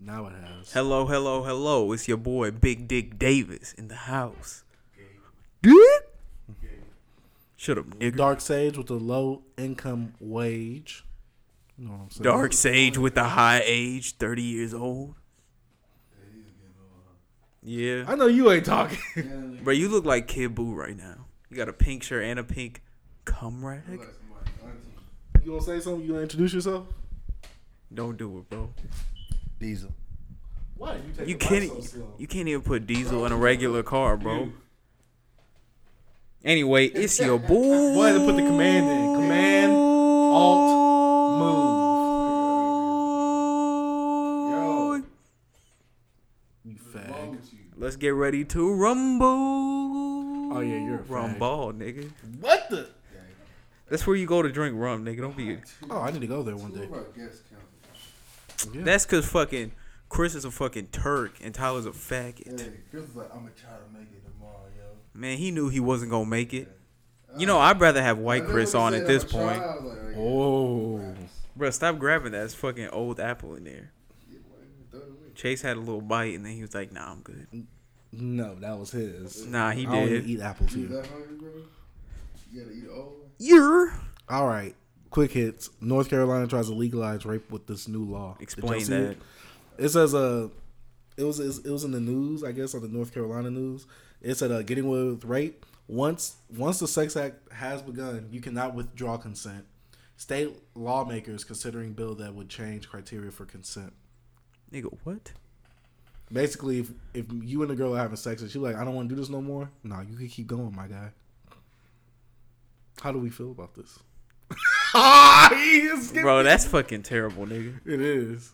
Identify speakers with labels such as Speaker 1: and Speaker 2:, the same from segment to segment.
Speaker 1: Now it has.
Speaker 2: Hello, hello, hello. It's your boy Big Dick Davis in the house. Dick? Shut up, nigga. Dark,
Speaker 1: Dark Sage with a low income wage. You know what I'm saying?
Speaker 2: Sage with the high age, 30 years old. Yeah.
Speaker 1: I know you ain't talking.
Speaker 2: Bro, you look like Kid Boo right now. You got a pink shirt and a pink cum rag?
Speaker 1: you gonna say something? You gonna introduce yourself?
Speaker 2: Don't do it, bro.
Speaker 3: Diesel.
Speaker 1: Why you take
Speaker 2: You
Speaker 1: the mic
Speaker 2: can't e-,
Speaker 1: so slow?
Speaker 2: you can't even put diesel in a regular car, bro. Anyway, it's your boy.
Speaker 1: Why had to put the command in? Command,
Speaker 2: Alt, move.
Speaker 1: You fag.
Speaker 2: Let's get ready to rumble.
Speaker 1: Oh, yeah, you're a fag.
Speaker 2: rumble, nigga.
Speaker 1: What the?
Speaker 2: That's where you go to drink rum, nigga. Don't be.
Speaker 1: Oh, I need to go there one day. Yeah.
Speaker 2: That's cause fucking Chris is a fucking Turk and Tyler's a faggot.
Speaker 3: Chris was like, I'm gonna try to make it tomorrow, yo.
Speaker 2: Man, he knew he wasn't gonna make it. You know, I'd rather have white Chris on at this point.
Speaker 1: Oh.
Speaker 2: Bro, stop grabbing that. It's fucking old apple in there. Chase had a little bite and then he was like, "Nah, I'm good."
Speaker 1: No, that was his.
Speaker 2: Nah, he
Speaker 1: I don't even
Speaker 2: did.
Speaker 1: eat apples here.
Speaker 2: You're
Speaker 1: All right. Quick hits. North Carolina tries to legalize rape with this new law. Did y'all
Speaker 2: explain
Speaker 1: see
Speaker 2: that.
Speaker 1: It? It says uh, it was it was in the news, I guess, on the North Carolina news. It said uh, getting away with rape once once the sex act has begun, you cannot withdraw consent. State lawmakers considering bill that would change criteria for consent.
Speaker 2: Nigga, what?
Speaker 1: Basically, if if you and the girl are having sex and she's like, I don't want to do this no more, no, you can keep going, my guy. How do we feel about this? ah, he is skipping.
Speaker 2: Bro, that's fucking terrible, nigga.
Speaker 1: It is.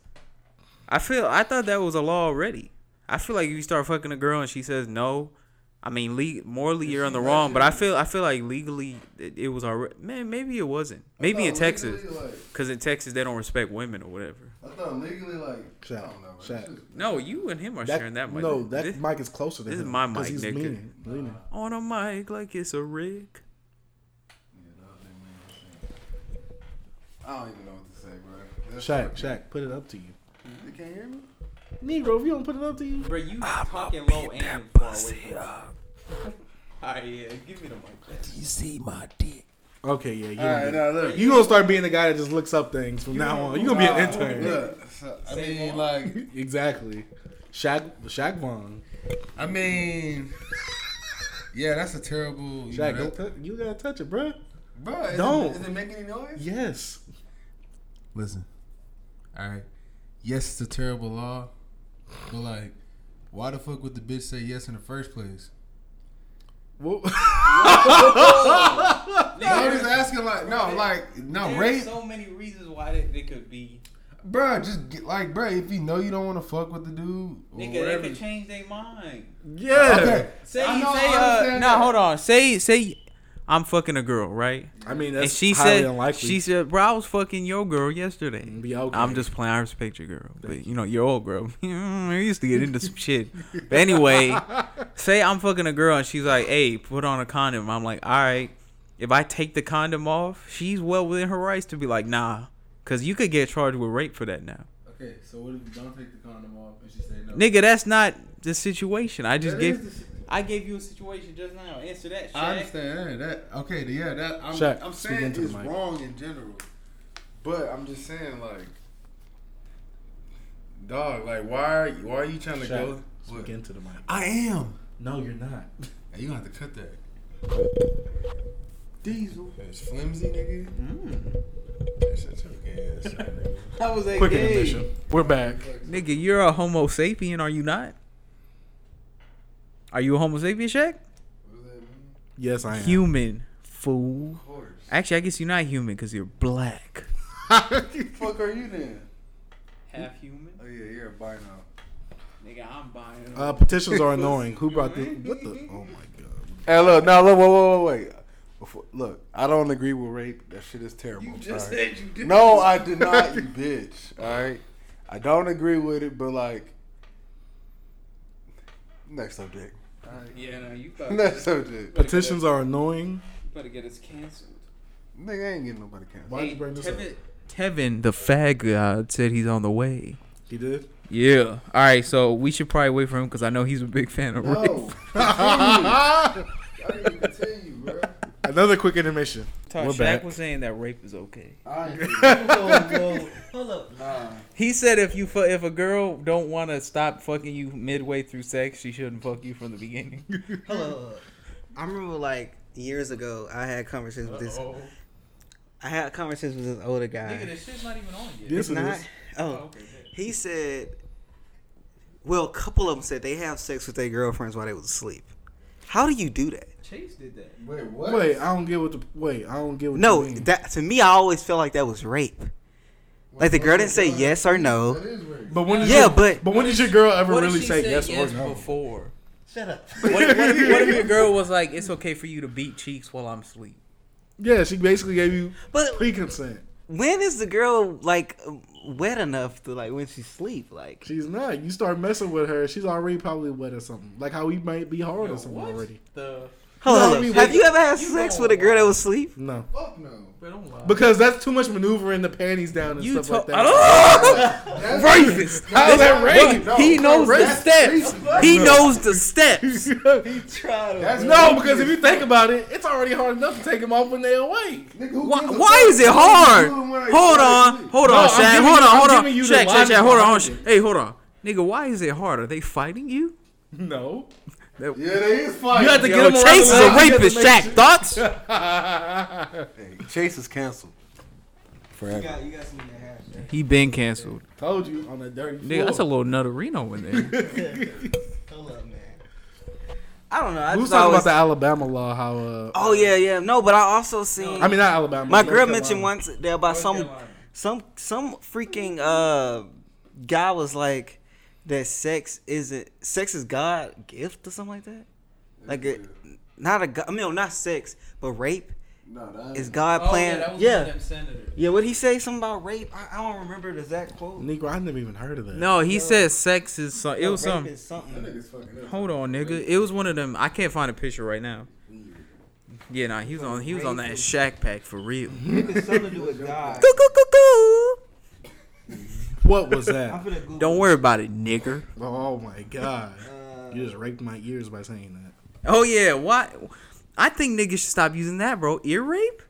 Speaker 2: I feel I thought that was a law already. I feel like if you start fucking a girl and she says no, I mean, le- morally you're on the wrong, but I feel I feel like legally it, it was already. Man, maybe it wasn't. Maybe in Texas, because in Texas they don't respect women or whatever.
Speaker 3: I thought legally, like,
Speaker 1: Shaq,
Speaker 3: I don't know. man.
Speaker 1: Shaq.
Speaker 3: It's just-
Speaker 2: No, you and him are
Speaker 1: That,
Speaker 2: sharing that mic.
Speaker 1: no, that
Speaker 2: This-
Speaker 1: mic is closer to
Speaker 2: this is
Speaker 1: him,
Speaker 2: my
Speaker 1: 'cause
Speaker 2: mic,
Speaker 1: he's
Speaker 2: nigga.
Speaker 1: leaning, leaning.
Speaker 2: on a mic like it's a rig.
Speaker 3: Yeah, that was that man saying. I don't even know what to say, bro. That's
Speaker 1: Shaq,
Speaker 3: fucking-
Speaker 1: Shaq, put it up to you.
Speaker 3: You can't hear me?
Speaker 1: Negro, if you don't put it up to you.
Speaker 2: Bro, you talking low and far away. Alright, yeah, give me the mic.
Speaker 4: You see my dick.
Speaker 1: Okay, yeah, you.
Speaker 3: All right,
Speaker 1: don't
Speaker 3: now look.
Speaker 1: get- you gonna start being the guy that just looks up things from now on. You gonna be an
Speaker 3: Nah,
Speaker 1: intern.
Speaker 3: Look, so, I mean, like,
Speaker 1: exactly. Shaq, Shaq Vaughn.
Speaker 3: I mean, yeah, that's a terrible. You
Speaker 1: Shaq,
Speaker 3: know,
Speaker 1: don't
Speaker 3: that,
Speaker 1: tou- you gotta touch it, bro.
Speaker 3: bro, is
Speaker 1: don't.
Speaker 3: It, is it making any noise?
Speaker 1: Yes.
Speaker 3: Listen, all right. Yes, it's a terrible law, but like, why the fuck would the bitch say yes in the first place?
Speaker 1: Well,
Speaker 3: No, I'm just asking, like, no, like, no, rape,
Speaker 2: many reasons why they, they could be.
Speaker 3: bro. Just get, like, bro, if you know you don't want to fuck with the dude, or whatever.
Speaker 2: change their mind.
Speaker 1: yeah.
Speaker 3: Okay.
Speaker 2: Say,
Speaker 3: I know,
Speaker 2: say,
Speaker 3: I
Speaker 2: uh,
Speaker 3: understand
Speaker 2: nah,
Speaker 3: that.
Speaker 2: hold on. Say, say, I'm fucking a girl, right?
Speaker 1: I mean, that's
Speaker 2: and she
Speaker 1: highly
Speaker 2: said,
Speaker 1: unlikely.
Speaker 2: she said, bro, I was fucking your girl yesterday.
Speaker 3: Mm,
Speaker 1: Be okay.
Speaker 2: I'm just playing. I respect your girl, but you know, your old girl. I used to get into some shit. But anyway, say I'm fucking a girl and she's like, hey, put on a condom. I'm like, all right. If I take the condom off, she's well within her rights to be like, nah, because you could get charged with rape for that now.
Speaker 3: Okay, so what if you don't take the condom off and she say no?
Speaker 2: Nigga, that's not the situation. I just
Speaker 3: That
Speaker 2: gave.
Speaker 3: is the-
Speaker 2: I gave you a situation just now. Answer that.
Speaker 3: I understand that. that okay, yeah, that I'm,
Speaker 1: Shaq,
Speaker 3: I'm
Speaker 1: speak
Speaker 3: saying
Speaker 1: into the
Speaker 3: it's
Speaker 1: mic.
Speaker 3: wrong in general, but I'm just saying like, dog, like why are you, why are you trying to
Speaker 1: Shaq,
Speaker 3: go?
Speaker 1: speak
Speaker 3: What?
Speaker 1: into the mic.
Speaker 3: I am.
Speaker 1: No, you're not.
Speaker 3: Hey, you gonna have to cut that. Diesel. It's flimsy, nigga.
Speaker 2: Hmm.
Speaker 3: That shit's okay. ass, nigga.
Speaker 2: That was a
Speaker 1: Quick intermission. We're back.
Speaker 2: Nigga, you're a Homo sapien, are you not? Are you a Homo sapien, Shaq?
Speaker 3: What does that mean?
Speaker 1: Yes, I am.
Speaker 2: Human, fool.
Speaker 3: Of course.
Speaker 2: Actually, I guess you're not human because you're black.
Speaker 3: fuck are you then?
Speaker 2: Half human?
Speaker 3: Oh yeah, you're a bino.
Speaker 2: Nigga, I'm buying.
Speaker 1: Uh, petitions are annoying. Who brought this? What the? Oh my god.
Speaker 3: Hey, look, no, look, wait, wait, wait, wait. Before- Look, I don't agree with rape. That shit is terrible. I'm sorry.
Speaker 2: said you did.
Speaker 3: No, I did not, you bitch. All right, I don't agree with it, but like, next subject.
Speaker 2: Yeah, no, you
Speaker 3: Next subject.
Speaker 1: Petitions are annoying.
Speaker 2: better get us canceled.
Speaker 3: Nigga I ain't getting nobody canceled.
Speaker 1: Why'd you bring this up?
Speaker 2: Tevin, the fag god, said he's on the way.
Speaker 1: He did.
Speaker 2: Yeah. All right. So we should probably wait for him because I know he's a big fan of Riff.
Speaker 3: No. Continue. Y'all need to continue, bro.
Speaker 1: Another quick intermission.
Speaker 2: Talk,
Speaker 1: We're
Speaker 2: Shaq
Speaker 1: back.
Speaker 2: was saying that rape is okay.
Speaker 3: I ain't gonna
Speaker 5: Hold up.
Speaker 3: Nah.
Speaker 2: He said if you fu- if a girl don't want to stop fucking you midway through sex, she shouldn't fuck you from the beginning.
Speaker 5: Hold up. hold up. I remember like years ago, I had conversations with this. I had conversations with this older guy.
Speaker 2: this shit's not even on
Speaker 1: Yes, it
Speaker 5: Not-
Speaker 1: is.
Speaker 5: Oh, he said. Well, a couple of them said they have sex with their girlfriends while they was asleep. How do you do that?
Speaker 2: Chase did that.
Speaker 3: Wait, what?
Speaker 1: Wait, I don't get what the wait. I don't get what.
Speaker 5: No,
Speaker 1: you mean.
Speaker 5: that to me, I always felt like that was rape. Like the girl didn't say yes or no.
Speaker 3: That is weird.
Speaker 1: But when did
Speaker 5: Yeah,
Speaker 1: your,
Speaker 5: but-
Speaker 1: but when did your girl ever really say yes, or no?
Speaker 2: before?
Speaker 3: Shut up.
Speaker 2: What, what, if, what if your girl was like, "It's okay for you to beat cheeks while I'm asleep"?
Speaker 1: Yeah, she basically gave you
Speaker 5: But-
Speaker 1: pre-consent.
Speaker 5: When is the girl like wet enough to like when she sleep? Like
Speaker 1: She's not. You start messing with her, she's already probably wet or something. Like how he might be hard or something already.
Speaker 2: The
Speaker 5: hold
Speaker 1: No,
Speaker 5: on,
Speaker 1: I mean,
Speaker 5: have
Speaker 1: wait.
Speaker 5: you ever had sex with a girl that was asleep?
Speaker 1: No,
Speaker 3: Fuck no.
Speaker 1: because that's too much maneuvering the panties down and
Speaker 2: you
Speaker 1: stuff like
Speaker 2: talk.
Speaker 1: that.
Speaker 3: That's
Speaker 2: Rapist.
Speaker 1: How's that rape?
Speaker 2: Look, he knows the
Speaker 3: That's
Speaker 2: steps. He knows the steps.
Speaker 3: That's
Speaker 1: no, because if you think about it, it's already hard enough to take them off when they're awake.
Speaker 3: Nigga, who
Speaker 2: Why,
Speaker 3: gives a
Speaker 2: why
Speaker 3: fuck?
Speaker 2: is it
Speaker 3: You
Speaker 2: hard?
Speaker 3: do it when I
Speaker 2: Hold
Speaker 3: try to
Speaker 2: on,
Speaker 3: sleep.
Speaker 2: hold
Speaker 1: No,
Speaker 2: on,
Speaker 1: I'm
Speaker 2: Shaq.
Speaker 1: giving
Speaker 2: Hold
Speaker 1: you-
Speaker 2: on,
Speaker 1: I'm
Speaker 2: hold on.
Speaker 1: giving you the
Speaker 2: Shaq, Shaq,
Speaker 1: logic
Speaker 2: Shaq, hold on.
Speaker 1: behind
Speaker 2: Hey, hold on. Nigga, why is it hard? Are they fighting you?
Speaker 1: No,
Speaker 3: Yeah, they is fighting.
Speaker 1: you have to
Speaker 2: Yo,
Speaker 1: get them.
Speaker 2: Chase is a rapist, Shaq. Thoughts?
Speaker 3: Chase is canceled. Forever.
Speaker 5: you got something
Speaker 2: He been canceled.
Speaker 1: Told you on a dirty floor.
Speaker 2: Nigga, that's a little nutterino in there.
Speaker 5: Hold up, man. I don't know. I
Speaker 1: Who's
Speaker 5: just
Speaker 1: talking
Speaker 5: always,
Speaker 1: about the Alabama law? How? Uh,
Speaker 5: Oh yeah, yeah. No, but I also seen.
Speaker 1: I mean, not Alabama.
Speaker 5: my
Speaker 1: North
Speaker 5: girl mentioned
Speaker 1: Carolina.
Speaker 5: once there about some, some, some freaking uh guy was like that sex isn't sex is God gift or something like that. Like it, not a go- I mean, no, not sex, but rape
Speaker 3: No, that
Speaker 5: is God
Speaker 1: Oh,
Speaker 5: playing. yeah, yeah. What he say? Something about rape? I, I don't remember the exact quote.
Speaker 1: Negro, I never even heard of that.
Speaker 2: No, he said sex is. Some, it
Speaker 5: No,
Speaker 2: was
Speaker 5: rape
Speaker 2: some.
Speaker 5: is something.
Speaker 3: nigga's fucking up.
Speaker 2: Hold on, nigga. It was one of them. I can't find a picture right now. Yeah, nah, he was on. He was on that Shaq pack for real.
Speaker 5: Rape is something to do with God.
Speaker 2: Coo, coo, coo, coo.
Speaker 1: What was that?
Speaker 5: finna Google.
Speaker 2: Don't worry about it, nigger.
Speaker 1: oh my god!
Speaker 5: Uh,
Speaker 1: You just raped my ears by saying that.
Speaker 2: Oh yeah, why? I think niggas should stop using that, bro. Ear rape?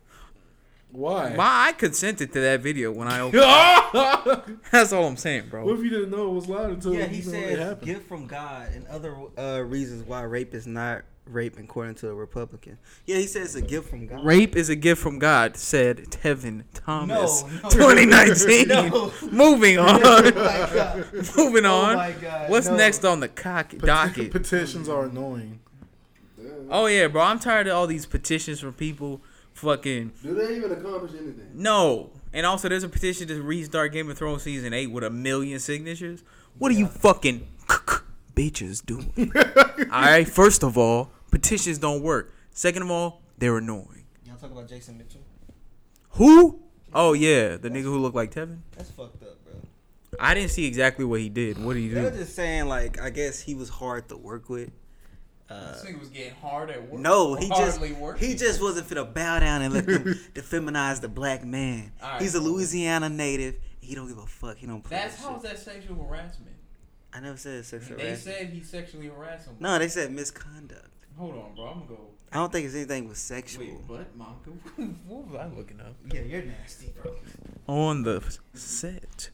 Speaker 1: Why?
Speaker 2: Why I consented to that video when I opened.
Speaker 1: what
Speaker 2: That's all I'm saying, bro.
Speaker 1: if you didn't know it was lying until
Speaker 5: Yeah, he
Speaker 1: you know it
Speaker 5: says
Speaker 1: happened?
Speaker 5: gift from God and other uh, reasons why rape is not rape according to a Republican. Yeah, he says it's a gift from God.
Speaker 2: Rape is a gift from God, said Tevin Thomas,
Speaker 5: no.
Speaker 2: 2019.
Speaker 5: No. Oh
Speaker 2: Moving on.
Speaker 5: God. Oh
Speaker 2: Moving on.
Speaker 5: my God,
Speaker 2: What's
Speaker 5: no.
Speaker 2: next on the cock docket?
Speaker 1: Petitions are annoying.
Speaker 2: Oh yeah, bro. I'm tired of all these petitions from people. Fucking
Speaker 3: Do they even accomplish anything?
Speaker 2: no. And also, there's a petition to restart Game of Thrones season eight with a million signatures. What are you fucking bitches doing? All right. First of all, petitions don't work. Second of all, they're annoying.
Speaker 5: Y'all talk about Jason Mitchell?
Speaker 2: Who? Oh yeah, the nigga who looked like Tevin.
Speaker 5: That's fucked up, bro.
Speaker 2: I didn't see exactly what he did. What did he
Speaker 5: They're
Speaker 2: do?
Speaker 5: just saying like I guess he was hard to work with. Uh,
Speaker 2: nigga was getting hard at work.
Speaker 5: no, he just he just wasn't finna bow down and let them defeminize the black man.
Speaker 2: All right.
Speaker 5: He's a Louisiana native. He don't give a fuck. He don't play. that shit.
Speaker 2: that sexual harassment.
Speaker 5: I never said sexual harassment.
Speaker 2: he sexually harassed him.
Speaker 5: No, they said misconduct.
Speaker 2: Hold on, bro. I'm gonna go.
Speaker 5: I don't think it's anything with sexual.
Speaker 2: what, mom? what was I looking up?
Speaker 5: Yeah, you're nasty, bro.
Speaker 2: On the set.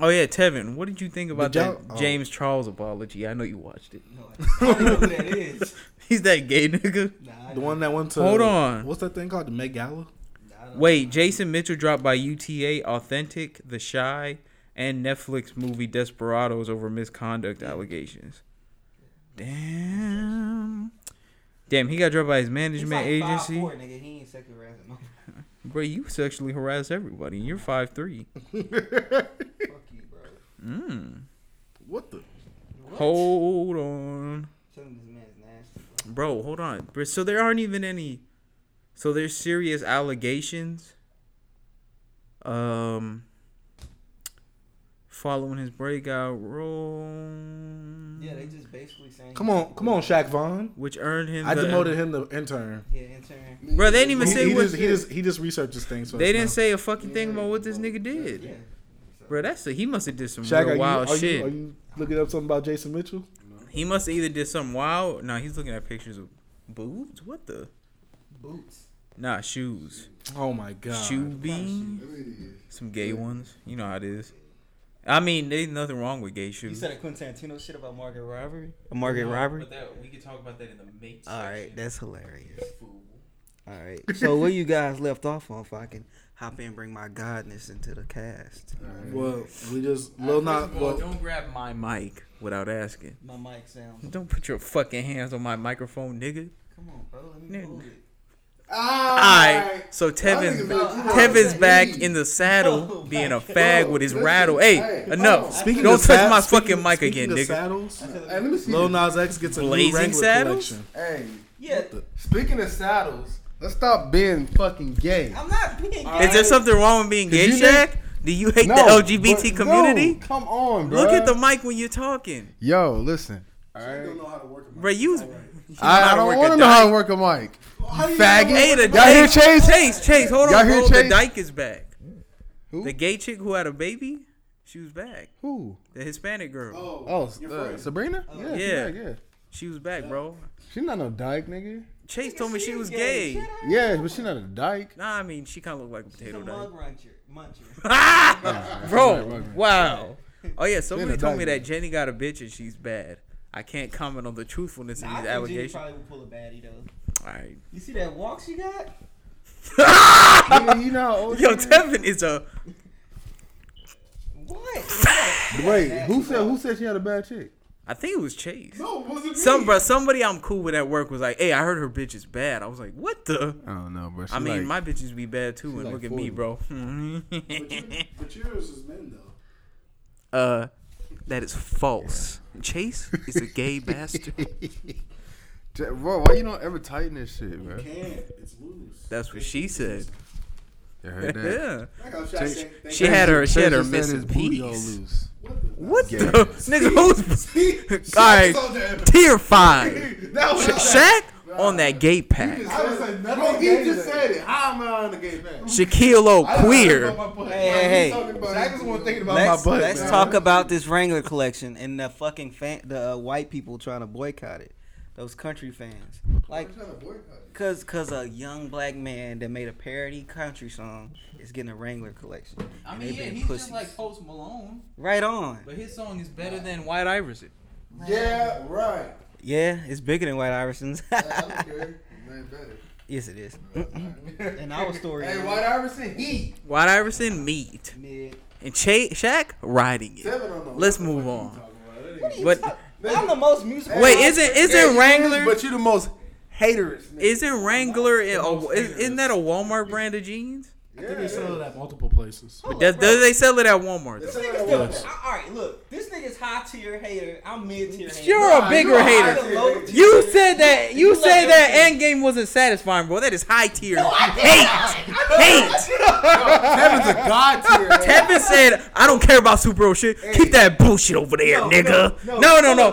Speaker 2: Oh yeah, Tevin. What did you think about
Speaker 1: y'all-
Speaker 2: that
Speaker 1: oh.
Speaker 2: James Charles apology? I know you watched it.
Speaker 5: No, I don't know who that is.
Speaker 2: He's that gay nigga.
Speaker 5: Nah, I
Speaker 1: The one that went to
Speaker 2: Hold on.
Speaker 1: What's that thing called? The Met Gala?
Speaker 5: nah, I don't-
Speaker 2: Wait, Jason Mitchell dropped by UTA, Authentic, The Shy, and Netflix movie Desperados over misconduct allegations. Damn. Damn, he got dropped by his
Speaker 5: He's
Speaker 2: management
Speaker 5: like
Speaker 2: agency.
Speaker 5: 5'4",, nigga. He ain't sexually harassing nobody.
Speaker 2: Bro, you sexually harass everybody. You're five three.
Speaker 5: Fuck you, bro.
Speaker 2: Mm.
Speaker 1: What the?
Speaker 2: Hold on.
Speaker 5: Tell him this man's nasty. Bro.
Speaker 2: Bro, hold on. Bro, So there aren't even any. So there's serious allegations. Um. Following his breakout role.
Speaker 5: Yeah, they just basically saying.
Speaker 1: Come on, come on, Shaq Vaughn.
Speaker 2: Which earned him.
Speaker 1: I
Speaker 2: the-
Speaker 1: demoted him to intern.
Speaker 5: Yeah, intern.
Speaker 2: Bro, they didn't even
Speaker 1: He,
Speaker 2: say
Speaker 1: he
Speaker 2: what.
Speaker 1: just, he just he just researches things. For
Speaker 2: they
Speaker 1: us
Speaker 2: didn't
Speaker 1: now.
Speaker 2: say a fucking thing about what this nigga did.
Speaker 5: Yeah. So
Speaker 2: Bro, that's a, he must have did some
Speaker 1: Shaq, are
Speaker 2: real
Speaker 1: you,
Speaker 2: wild
Speaker 1: are,
Speaker 2: shit.
Speaker 1: You, are you looking up something about Jason Mitchell?
Speaker 2: He must have either did something wild. No, he's looking at pictures of boobs. What the?
Speaker 6: Boots.
Speaker 2: Nah, shoes.
Speaker 1: Oh my god.
Speaker 2: Shoe bean.
Speaker 3: That nigga is-
Speaker 2: Some gay ones. You know how it is. I mean, there's nothing wrong with gay
Speaker 5: You
Speaker 2: shoes.
Speaker 5: said a Quentin Tarantino shit about Margaret Robbery. Margaret Robbery.
Speaker 2: we could talk about that in the mate.
Speaker 5: All right, that's hilarious. All right, so where you guys left off on? If I can hop in, and bring my godness into the cast.
Speaker 1: Well, we just Lil Nas. Well,
Speaker 2: don't grab my mic without asking.
Speaker 5: My mic sounds.
Speaker 2: Don't put your fucking hands on my microphone, nigga.
Speaker 5: Come on, bro. Let
Speaker 2: Nigga.
Speaker 5: hold it.
Speaker 3: Ah,
Speaker 2: Alright, so Tevin's Tevin's back in the saddle being a fag with his rattle. Hey,
Speaker 3: Hey,
Speaker 2: enough.
Speaker 1: speaking
Speaker 2: Don't
Speaker 1: of
Speaker 2: touch
Speaker 1: sad-
Speaker 2: my
Speaker 1: speaking-
Speaker 2: fucking mic
Speaker 1: speaking
Speaker 2: again,
Speaker 1: of
Speaker 2: nigga.
Speaker 1: Saddles,
Speaker 3: Hey, let me see.
Speaker 1: Lil Nas
Speaker 3: this.
Speaker 1: X gets a
Speaker 2: Blazing
Speaker 1: new Wrangler
Speaker 2: saddles?
Speaker 1: collection.
Speaker 3: Hey,
Speaker 5: Yeah,
Speaker 3: speaking of saddles, let's stop being fucking gay.
Speaker 5: I'm not being.
Speaker 2: Is there something wrong with being gay,
Speaker 3: Did you think-
Speaker 2: Shaq? Do you hate
Speaker 3: No,
Speaker 2: the LGBT
Speaker 3: but
Speaker 2: community?
Speaker 3: No, come on, bro.
Speaker 2: Look at the mic when you're talking,
Speaker 3: Yo, listen.
Speaker 2: bro. You, you
Speaker 3: I, I
Speaker 2: how
Speaker 3: don't
Speaker 2: work a
Speaker 3: want to know how to
Speaker 2: dyke.
Speaker 3: work a mic. You
Speaker 2: Hey, the
Speaker 3: faggot. Y'all hear Chase?
Speaker 2: Chase, Chase, hold
Speaker 3: Y'all
Speaker 2: on,
Speaker 3: hear
Speaker 2: bro. The
Speaker 3: Chase?
Speaker 2: dyke is back.
Speaker 3: Who?
Speaker 2: The gay chick who had a baby, she was back.
Speaker 3: Who?
Speaker 2: The Hispanic girl,
Speaker 3: Oh, s- uh, Sabrina? yeah, she
Speaker 2: Yeah.
Speaker 3: back, yeah.
Speaker 2: she was back, bro.
Speaker 3: She's not no dyke, nigga.
Speaker 2: Chase told me she was gay.
Speaker 3: Yeah, but she's not a dyke.
Speaker 2: Nah, I mean she kind of looked like a potato dyke.
Speaker 5: muncher. muncher.
Speaker 2: Ah!
Speaker 3: Right, right,
Speaker 2: bro,
Speaker 3: right.
Speaker 2: wow. Oh yeah, somebody
Speaker 3: a
Speaker 2: told me
Speaker 3: dyke.
Speaker 2: that Jenny got a bitch and she's bad. I can't comment on the truthfulness of these allegations. All
Speaker 5: probably would pull a baddie though.
Speaker 2: right.
Speaker 5: You see that walk she got?
Speaker 3: nigga, you know how old
Speaker 2: Yo,
Speaker 3: she is?
Speaker 2: Tevin is a
Speaker 5: What?
Speaker 3: Wait, who said who said she had a bad chick?
Speaker 2: I think it was Chase.
Speaker 1: Oh,
Speaker 3: No, was it
Speaker 2: Some bro, somebody I'm cool with at work was like, "Hey, I heard her bitch is bad." I was like, "What the?"
Speaker 3: I don't know, bro. She
Speaker 2: I mean,
Speaker 3: like,
Speaker 2: my bitches be bad too, and
Speaker 3: like
Speaker 2: look at me,
Speaker 3: 40.
Speaker 2: bro.
Speaker 1: But yours is men though.
Speaker 2: uh, that is false. Chase is a gay bastard.
Speaker 3: J- bro, why you don't ever tighten this shit, bro?
Speaker 1: Can't. It's loose.
Speaker 2: That's what she said.
Speaker 3: You heard that?
Speaker 2: Yeah,
Speaker 3: Chase-
Speaker 2: she had her, she had her
Speaker 3: Chase just said
Speaker 2: missing
Speaker 3: his booty all
Speaker 2: piece.
Speaker 3: loose.
Speaker 2: What
Speaker 3: Gay.
Speaker 2: the nigga? Who's all right? Tier five.
Speaker 3: That
Speaker 2: Sha Shaq on that gay pack.
Speaker 3: Bro, he just said it. How am I on the gay man?
Speaker 2: Shaquille O queer.
Speaker 5: Hey, hey, hey.
Speaker 3: Zach is one thinking about
Speaker 5: Let's,
Speaker 3: my butt.
Speaker 5: let's
Speaker 3: man.
Speaker 5: talk about this Wrangler collection and the fucking fan, the uh, white people trying to boycott it. Those country fans, like, cause cause a young black man that made a parody country song is getting a Wrangler collection. And they been pussies.
Speaker 2: Post Malone,
Speaker 5: right on.
Speaker 2: his song is better than White Iverson.
Speaker 3: Yeah, right.
Speaker 5: Yeah, it's bigger than White Iverson's.
Speaker 3: I don't care. It ain't better.
Speaker 5: yes, it is. And our story
Speaker 3: Hey,
Speaker 5: is-
Speaker 3: White Iverson, he.
Speaker 2: White Iverson, meat.
Speaker 5: Mid.
Speaker 2: And Ch- Shaq, riding it.
Speaker 3: Seven on the
Speaker 2: Let's move on. But
Speaker 5: I'm the most musical.
Speaker 2: wait, isn't isn't Wrangler
Speaker 3: But you the most haterous. nigga.
Speaker 2: isn't Wrangler in a, is, isn't that a Walmart brand of jeans?
Speaker 1: I think they sell it at multiple places.
Speaker 2: Does, does they sell it at Walmart?
Speaker 3: Tell
Speaker 5: This
Speaker 3: me
Speaker 5: nigga's
Speaker 3: what
Speaker 5: still-
Speaker 3: it was.
Speaker 5: I- all right, look. This nigga's high tier hater. I'm mid tier hater.
Speaker 2: You're a
Speaker 3: you
Speaker 2: bigger
Speaker 3: a
Speaker 5: I'm
Speaker 2: hater.
Speaker 5: the low tier.
Speaker 2: You said that you
Speaker 5: You love
Speaker 2: said that
Speaker 5: everything.
Speaker 2: Endgame wasn't satisfying, bro. That is high tier. Hate, hate.
Speaker 3: Tevin's a god tier. man.
Speaker 2: Tevin said, "I don't care about superhero shit. Keep that bullshit over there, nigga." No, no, no, no.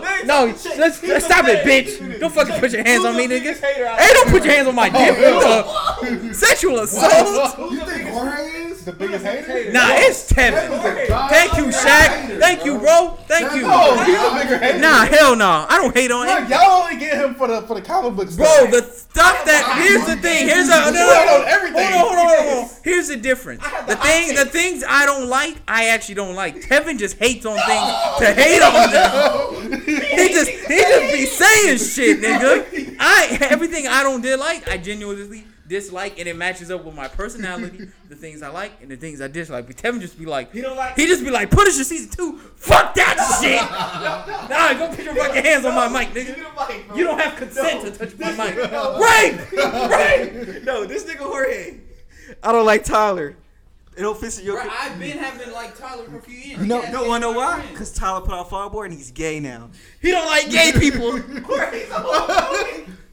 Speaker 2: let's let's stop it, bitch. Don't fucking put your hands on me, nigga. Hey, don't put your hands on my
Speaker 3: Oh,
Speaker 2: dick. What the- Sexual assault?
Speaker 3: You think Jorge is the biggest hater?
Speaker 2: Nah, it's
Speaker 3: Tevin's
Speaker 2: Tevin.
Speaker 3: a god
Speaker 2: Thank you,
Speaker 3: tier
Speaker 2: Shaq.
Speaker 3: hater,
Speaker 2: Thank you, bro. Thank you.
Speaker 3: No, Oh, he's a bigger hater.
Speaker 2: Nah, hell no. I don't hate on
Speaker 3: Look,
Speaker 2: it.
Speaker 3: y'all only get him for the for the comic book
Speaker 2: Bro,
Speaker 3: stuff.
Speaker 2: the stuff that here's the thing. Here's a no, no,
Speaker 3: Hold
Speaker 2: no.
Speaker 3: on, everything.
Speaker 2: Hold on, hold on, hold on. Here's the difference. The thing, the things I don't like, I actually don't like. Tevin just hates on things to hate on them. He just he just be saying shit, nigga. I everything I don't dislike, I genuinely dislike, and it matches up with my personality, the things I like and the things I dislike. But Tevin just be like, he
Speaker 5: don't like-
Speaker 2: just be like, Punisher season two, fuck that shit. Nah, go put your fucking hands on my mic, nigga. You don't have consent to touch my mic. Rape, rape.
Speaker 5: No, this nigga Jorge. I don't like Tyler. It don't fit your.
Speaker 2: I've been having like Tyler for a few years.
Speaker 5: No, no, wanna know why? Cause Tyler put out Fireboy and he's gay now.
Speaker 2: He don't like gay people.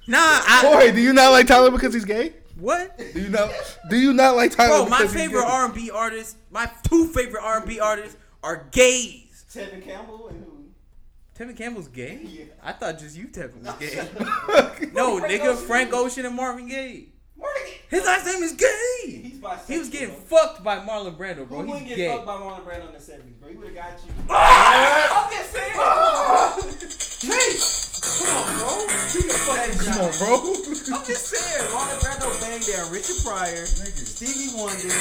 Speaker 2: nah, I
Speaker 3: Jorge, do you not like Tyler because he's gay?
Speaker 2: what?
Speaker 3: Do you not? Do you not like Tyler?
Speaker 2: Bro, my
Speaker 3: because he's
Speaker 2: favorite
Speaker 3: gay?
Speaker 2: R and B artists, my two favorite R and B artists are gays.
Speaker 5: Tevin Campbell and who?
Speaker 2: Tevin Campbell's gay? I thought just you Tevin was gay. no, nigga, Frank Ocean and Marvin Gaye. His last name is Gay.
Speaker 7: He's bisexual.
Speaker 2: He was getting
Speaker 7: bro.
Speaker 2: fucked by Marlon Brando,
Speaker 7: Who
Speaker 2: bro.
Speaker 7: wouldn't
Speaker 2: He's
Speaker 7: get
Speaker 2: gay.
Speaker 7: fucked by Marlon Brando in the 70s, bro? He would have got you.
Speaker 2: Ah!
Speaker 7: I'm just saying. Hey, come on, bro. He
Speaker 2: Come on, bro.
Speaker 7: I'm just saying. Marlon Brando banged down Richard Pryor, Stevie Wonder.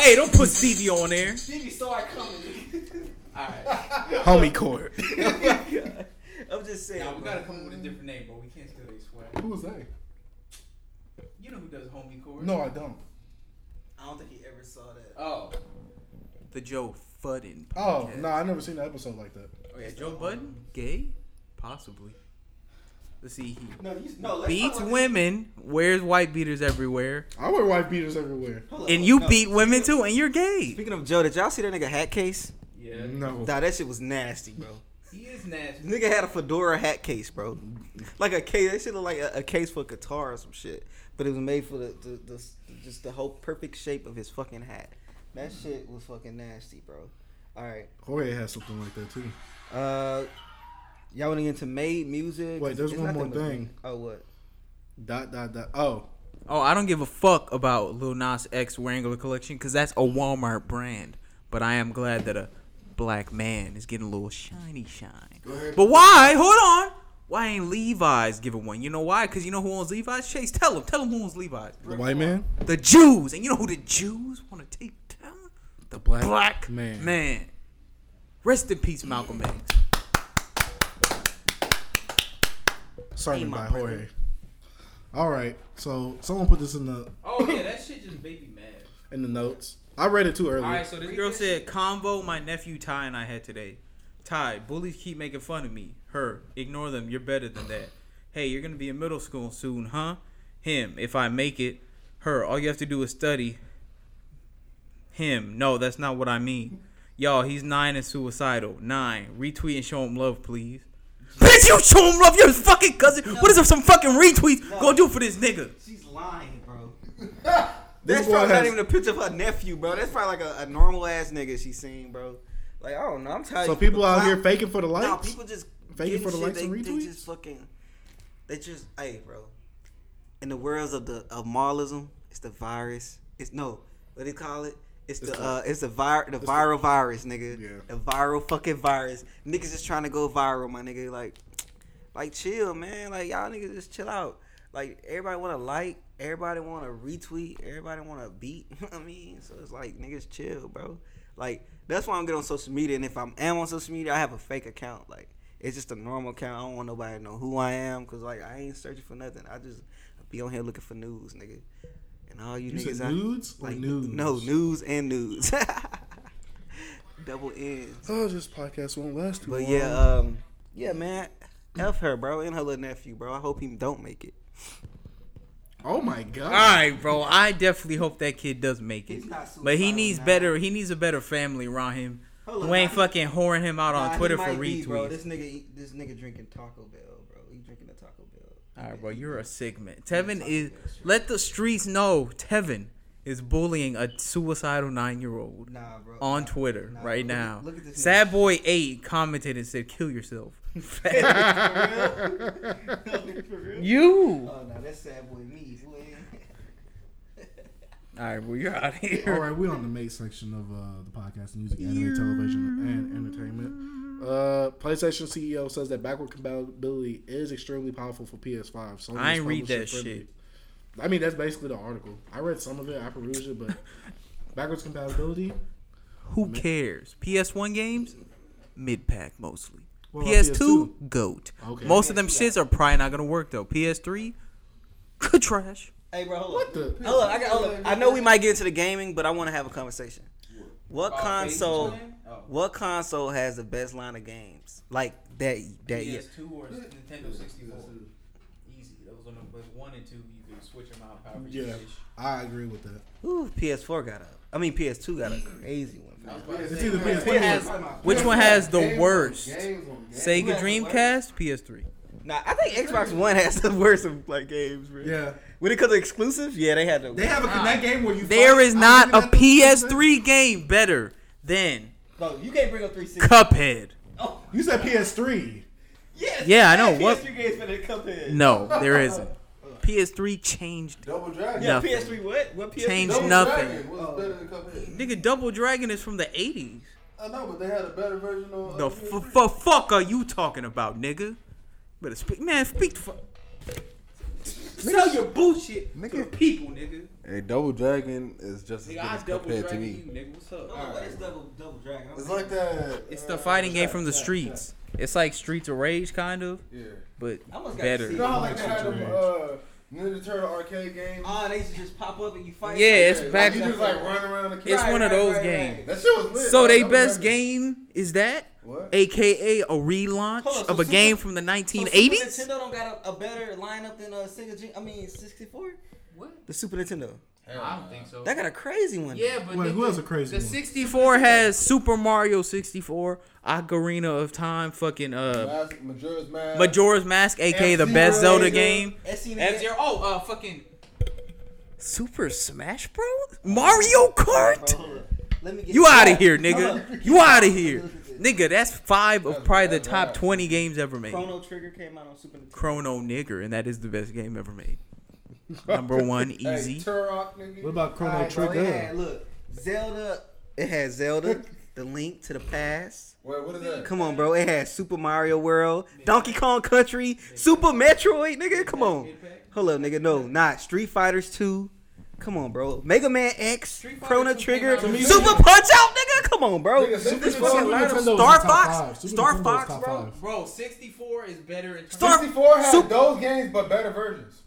Speaker 2: Hey, don't put Stevie on there.
Speaker 7: Stevie saw it coming. All right.
Speaker 2: Homie court.
Speaker 7: I'm just saying.
Speaker 2: Nah, we
Speaker 7: bro.
Speaker 2: gotta come up with a different name, bro. We can't steal their swag.
Speaker 1: Who was that?
Speaker 2: You know who does homie court?
Speaker 1: No, I don't.
Speaker 7: I don't think he ever saw that.
Speaker 2: Oh. The Joe Fudden.
Speaker 1: Oh
Speaker 2: podcast.
Speaker 1: no, I never seen an episode like that.
Speaker 2: Oh, yeah, Joe Budden? Gay? Possibly. Let's see. He
Speaker 7: No, you, no. Let's
Speaker 2: beats
Speaker 7: talk about
Speaker 2: women, wears white beaters everywhere,
Speaker 1: I wear white beaters everywhere.
Speaker 7: this- hold up,
Speaker 2: and you
Speaker 7: no.
Speaker 2: beat women too, and you're gay.
Speaker 5: Speaking of Joe, did y'all see that nigga hat case?
Speaker 2: Yeah.
Speaker 1: No,
Speaker 5: Nah, that shit was nasty, bro.
Speaker 2: He is nasty.
Speaker 5: Nigga had a fedora hat case, bro. Like a case, that shit look like a, a case for a guitar or some shit. But it was made for the, the, the just the whole perfect shape of his fucking hat. That shit was fucking nasty, bro. All right,
Speaker 1: Jorge has something like that too.
Speaker 5: uh, y'all want to get into made music?
Speaker 1: Wait, there's
Speaker 5: It's
Speaker 1: one
Speaker 5: not
Speaker 1: more
Speaker 5: that much-
Speaker 1: thing.
Speaker 5: Oh, what?
Speaker 1: Dot dot dot. Oh,
Speaker 2: Oh, I don't give a fuck about Lil Nas X Wrangler collection because that's a Walmart brand. But I am glad that a black man is getting a little shiny shine. But why? Hold on. Why ain't Levi's giving one? You know why? Because you know who owns Levi's? Chase, tell him. Tell him who owns Levi's.
Speaker 1: the white man.
Speaker 2: The Jews. And you know who the Jews want to take down? The black, man.
Speaker 1: man.
Speaker 2: man. Rest in peace, Malcolm X.
Speaker 1: Sermon
Speaker 5: Hey, my
Speaker 1: by
Speaker 5: brother.
Speaker 1: Jorge. All right, so someone put this in the
Speaker 2: Oh, yeah, that shit just made me mad.
Speaker 1: in the notes. I read it too early.
Speaker 2: All right, so this girl said combo my nephew Ty and I had today. Ty, bullies keep making fun of me. Her, ignore them. You're better than that. Hey, you're gonna be in middle school soon, huh? Him, if I make it. Her, all you have to do is study. Him, no, that's not what I mean. Y'all, he's nine and suicidal. Nine, retweet and show him love, please. Bitch, you show him love. You're his fucking cousin. What is some fucking retweets gonna do for this nigga?
Speaker 7: She's lying, bro.
Speaker 1: this
Speaker 5: That's
Speaker 1: boy
Speaker 5: probably
Speaker 1: has,
Speaker 5: not even a picture of her nephew, bro. That's probably like a, a normal ass nigga she seen, bro. Like I don't know. I'm tired.
Speaker 1: so
Speaker 5: of you
Speaker 1: people out here
Speaker 5: clown-
Speaker 1: faking for the likes.
Speaker 5: No, people just
Speaker 1: Thank you
Speaker 5: getting
Speaker 1: for the
Speaker 5: shit,
Speaker 1: likes
Speaker 5: they,
Speaker 1: and
Speaker 5: They
Speaker 1: retweets.
Speaker 5: just fucking, they just, hey, bro. In the words of the of Marlism, it's the virus. It's no, what do they call it? It's, the,
Speaker 1: the-
Speaker 5: uh, it's the vir, the viral virus, nigga.
Speaker 1: Yeah.
Speaker 5: The viral fucking virus. Niggas just trying to go viral, my nigga. Like, like chill, man. Like y'all niggas just chill out. Like everybody want to like, everybody want to retweet, everybody want to beat. You know what I mean, so it's like niggas chill, bro. Like that's why I'm good on social media. And if I'm am on social media, I have a fake account. Like it's just a normal account. I don't want nobody to know who I am, cause like I ain't searching for nothing. I just be on here looking for news, nigga. And all you,
Speaker 1: You
Speaker 5: niggas
Speaker 1: said
Speaker 5: out-
Speaker 1: nudes or
Speaker 5: like
Speaker 1: nudes?
Speaker 5: no news and nudes, double N's.
Speaker 1: Oh, this podcast won't last too
Speaker 5: But
Speaker 1: long.
Speaker 5: yeah, um, yeah, man, f her, bro, and her little nephew, bro. I hope he don't make it.
Speaker 1: oh my god.
Speaker 2: All right, bro. I definitely hope that kid does make it,
Speaker 7: He's not suicidal
Speaker 2: but he needs
Speaker 7: now.
Speaker 2: better. He needs a better family around him.
Speaker 5: Hold
Speaker 2: who
Speaker 5: on,
Speaker 2: ain't
Speaker 5: I-
Speaker 2: fucking whoring him out on
Speaker 5: Nah,
Speaker 2: Twitter
Speaker 5: he
Speaker 2: for
Speaker 5: might be,
Speaker 2: retweets.
Speaker 5: bro. This nigga, eat- this nigga drinking Taco Bell, bro. He drinking the Taco Bell.
Speaker 2: All right, bro. You're a segment. Tevin is. Let the streets know Tevin is bullying a suicidal nine-year-old
Speaker 5: Nah, bro.
Speaker 2: on
Speaker 5: nah,
Speaker 2: Twitter
Speaker 5: nah,
Speaker 2: right
Speaker 5: look at-
Speaker 2: now.
Speaker 5: look at this
Speaker 2: Sad boy eight commented and said, "Kill yourself."
Speaker 7: For real?
Speaker 2: you.
Speaker 5: Oh no, that's sad boy me. Who ain't-
Speaker 2: All right, well, you're out
Speaker 1: All
Speaker 2: here.
Speaker 1: right, we're on the mate section of uh, the podcast, music, anime, television, and entertainment. Uh, PlayStation CEO says that backward compatibility is extremely powerful for PS5. Sony
Speaker 2: I
Speaker 1: is
Speaker 2: ain't read that
Speaker 1: publisher friendly.
Speaker 2: shit.
Speaker 1: I mean, that's basically the article. I read some of it, I perused it, but backwards compatibility.
Speaker 2: Who cares? PS1 games, mid pack mostly.
Speaker 1: What about
Speaker 2: PS2, goat.
Speaker 1: Okay.
Speaker 2: Most of them shits are probably not gonna work though. PS3, good trash.
Speaker 5: Hey, bro, hold
Speaker 1: What
Speaker 5: up.
Speaker 1: the?
Speaker 5: Hold up, I got. Hold up. I know we might get into the gaming, but I want to have a conversation. What
Speaker 1: Oh,
Speaker 5: console? What console has the best line of games? Like that. That yeah.
Speaker 2: PS2 or Nintendo 64. Easy. Those are the one and two. You can switch them out however
Speaker 1: Yeah, I agree with that.
Speaker 5: Ooh, PS4 got up. I mean, PS2 got a crazy one. fam.
Speaker 1: It's either
Speaker 3: Who
Speaker 1: PS2
Speaker 2: has-
Speaker 1: or
Speaker 2: Which one has the
Speaker 3: Games on
Speaker 2: worst?
Speaker 3: games on games.
Speaker 2: Sega
Speaker 5: has the
Speaker 2: Dreamcast, PS3.
Speaker 5: Nah, I think Xbox One has the worst of like games, bro.
Speaker 1: yeah.
Speaker 5: When it comes to exclusives, yeah, they had the.
Speaker 1: They have a connect game where you.
Speaker 2: There
Speaker 1: fight.
Speaker 2: is
Speaker 1: I'm
Speaker 2: not
Speaker 1: looking
Speaker 2: a
Speaker 1: at the-
Speaker 2: PS3 game better than
Speaker 7: Bro, you can't bring up 360.
Speaker 2: Cuphead.
Speaker 7: Oh,
Speaker 1: You said PS3.
Speaker 7: yes.
Speaker 2: Yeah, I know, what-
Speaker 7: PS3 games for the Cuphead.
Speaker 2: No, there isn't. PS3 changed
Speaker 3: Double Dragon.
Speaker 2: Yeah, Nothing.
Speaker 7: PS3 what? What PS3?
Speaker 2: Change
Speaker 3: Double
Speaker 2: nothing.
Speaker 3: Dragon was better than Cuphead.
Speaker 2: Nigga, Double Dragon is from the 80s.
Speaker 3: I know, but they had a better version on.
Speaker 2: The
Speaker 3: uh,
Speaker 2: f-
Speaker 3: PS3.
Speaker 2: f- fuck are you talking about, nigga? Better speak, man. Speak the fuck. Sell your bullshit to the
Speaker 3: Nigga.
Speaker 2: people, nigga.
Speaker 3: Hey, Double Dragon is
Speaker 2: Nigga,
Speaker 3: just as good
Speaker 2: I
Speaker 3: as
Speaker 2: double
Speaker 3: Cuphead to
Speaker 2: dragon
Speaker 3: me.
Speaker 2: you, nigga. What's
Speaker 7: No,
Speaker 2: up?
Speaker 7: no, what is double double dragon? I'm
Speaker 3: It's like that.
Speaker 2: It's the fighting game from the streets. It's like Streets of Rage, kind of,
Speaker 3: Yeah.
Speaker 2: but
Speaker 7: I almost got
Speaker 3: You
Speaker 2: better.
Speaker 7: sick.
Speaker 3: know how like they
Speaker 7: Like
Speaker 3: had them
Speaker 6: Strange.
Speaker 3: uh, Ninja Turtle arcade games.
Speaker 5: Uh,
Speaker 7: Ah, they should just pop up and you fight.
Speaker 2: Yeah, it's
Speaker 3: Like,
Speaker 2: back-
Speaker 3: You just like run around the
Speaker 2: It's
Speaker 3: kid.
Speaker 7: Right,
Speaker 2: one of
Speaker 7: right,
Speaker 2: those
Speaker 7: right,
Speaker 2: games.
Speaker 3: That shit was lit.
Speaker 2: So
Speaker 3: Like,
Speaker 2: they
Speaker 3: Double
Speaker 2: best
Speaker 3: Dragon-
Speaker 2: game is that,
Speaker 3: What?
Speaker 2: aka a relaunch
Speaker 7: Hold on, so
Speaker 2: of a
Speaker 7: Super-
Speaker 2: game from the
Speaker 7: So
Speaker 2: 1980s.
Speaker 7: Super Nintendo don't got a, a better lineup than uh, Sega G. I mean, 64.
Speaker 5: The Super Nintendo.
Speaker 8: I don't think so.
Speaker 5: That got a crazy one.
Speaker 8: yeah, but
Speaker 1: Wait,
Speaker 8: nigga,
Speaker 1: who has a crazy
Speaker 8: The
Speaker 1: one?
Speaker 2: 64 has Super Mario 64, Ocarina of Time, fucking uh,
Speaker 3: Mask- Majora's Mask.
Speaker 2: Majora's Mask, aka the
Speaker 3: F-Zero
Speaker 2: best Zelda
Speaker 3: is a-
Speaker 2: game.
Speaker 7: SNES.
Speaker 8: Oh, uh, fucking.
Speaker 2: Super Smash Bros.
Speaker 8: Oh.
Speaker 2: Mario Kart.
Speaker 7: Hold up. Let me get
Speaker 2: You
Speaker 7: this
Speaker 2: out of
Speaker 7: right.
Speaker 2: here,
Speaker 7: Hold up.
Speaker 2: nigga. You out of here, nigga. That's five of probably the
Speaker 3: that's
Speaker 2: top
Speaker 3: right.
Speaker 2: 20 games ever made.
Speaker 7: Chrono Trigger came out on Super Nintendo.
Speaker 2: Chrono Nigger, and that is the best game ever made. Number one,
Speaker 3: Hey,
Speaker 2: easy.
Speaker 3: Turok, nigga.
Speaker 1: What about Chrono
Speaker 7: Alright, bro, it had,
Speaker 1: Trigger?
Speaker 7: look, Zelda.
Speaker 5: It had Zelda, The Link to the Past.
Speaker 3: Wait, what is that?
Speaker 5: Come on, bro. It had Super Mario World, Donkey Kong Country, Super Metroid, nigga. Come on. Hold up, nigga. No, not Street Fighters 2. Come on, bro. Mega Man X,
Speaker 8: Street Fighter
Speaker 5: Chrono
Speaker 8: 2
Speaker 5: Trigger,
Speaker 8: came out-
Speaker 5: Super Punch Out, nigga. Come on, bro.
Speaker 3: Nigga, Super
Speaker 5: This
Speaker 3: Nintendo-
Speaker 5: fucking
Speaker 3: Super
Speaker 5: lineup.
Speaker 1: Nintendo's in
Speaker 5: Star
Speaker 1: top five.
Speaker 5: Fox,
Speaker 1: Super
Speaker 5: Star
Speaker 1: Nintendo's
Speaker 5: Fox,
Speaker 1: top
Speaker 5: bro.
Speaker 1: five.
Speaker 8: Bro, 64 is better in terms
Speaker 5: Star-
Speaker 3: 64 had
Speaker 5: Sup-
Speaker 3: those games, but better versions.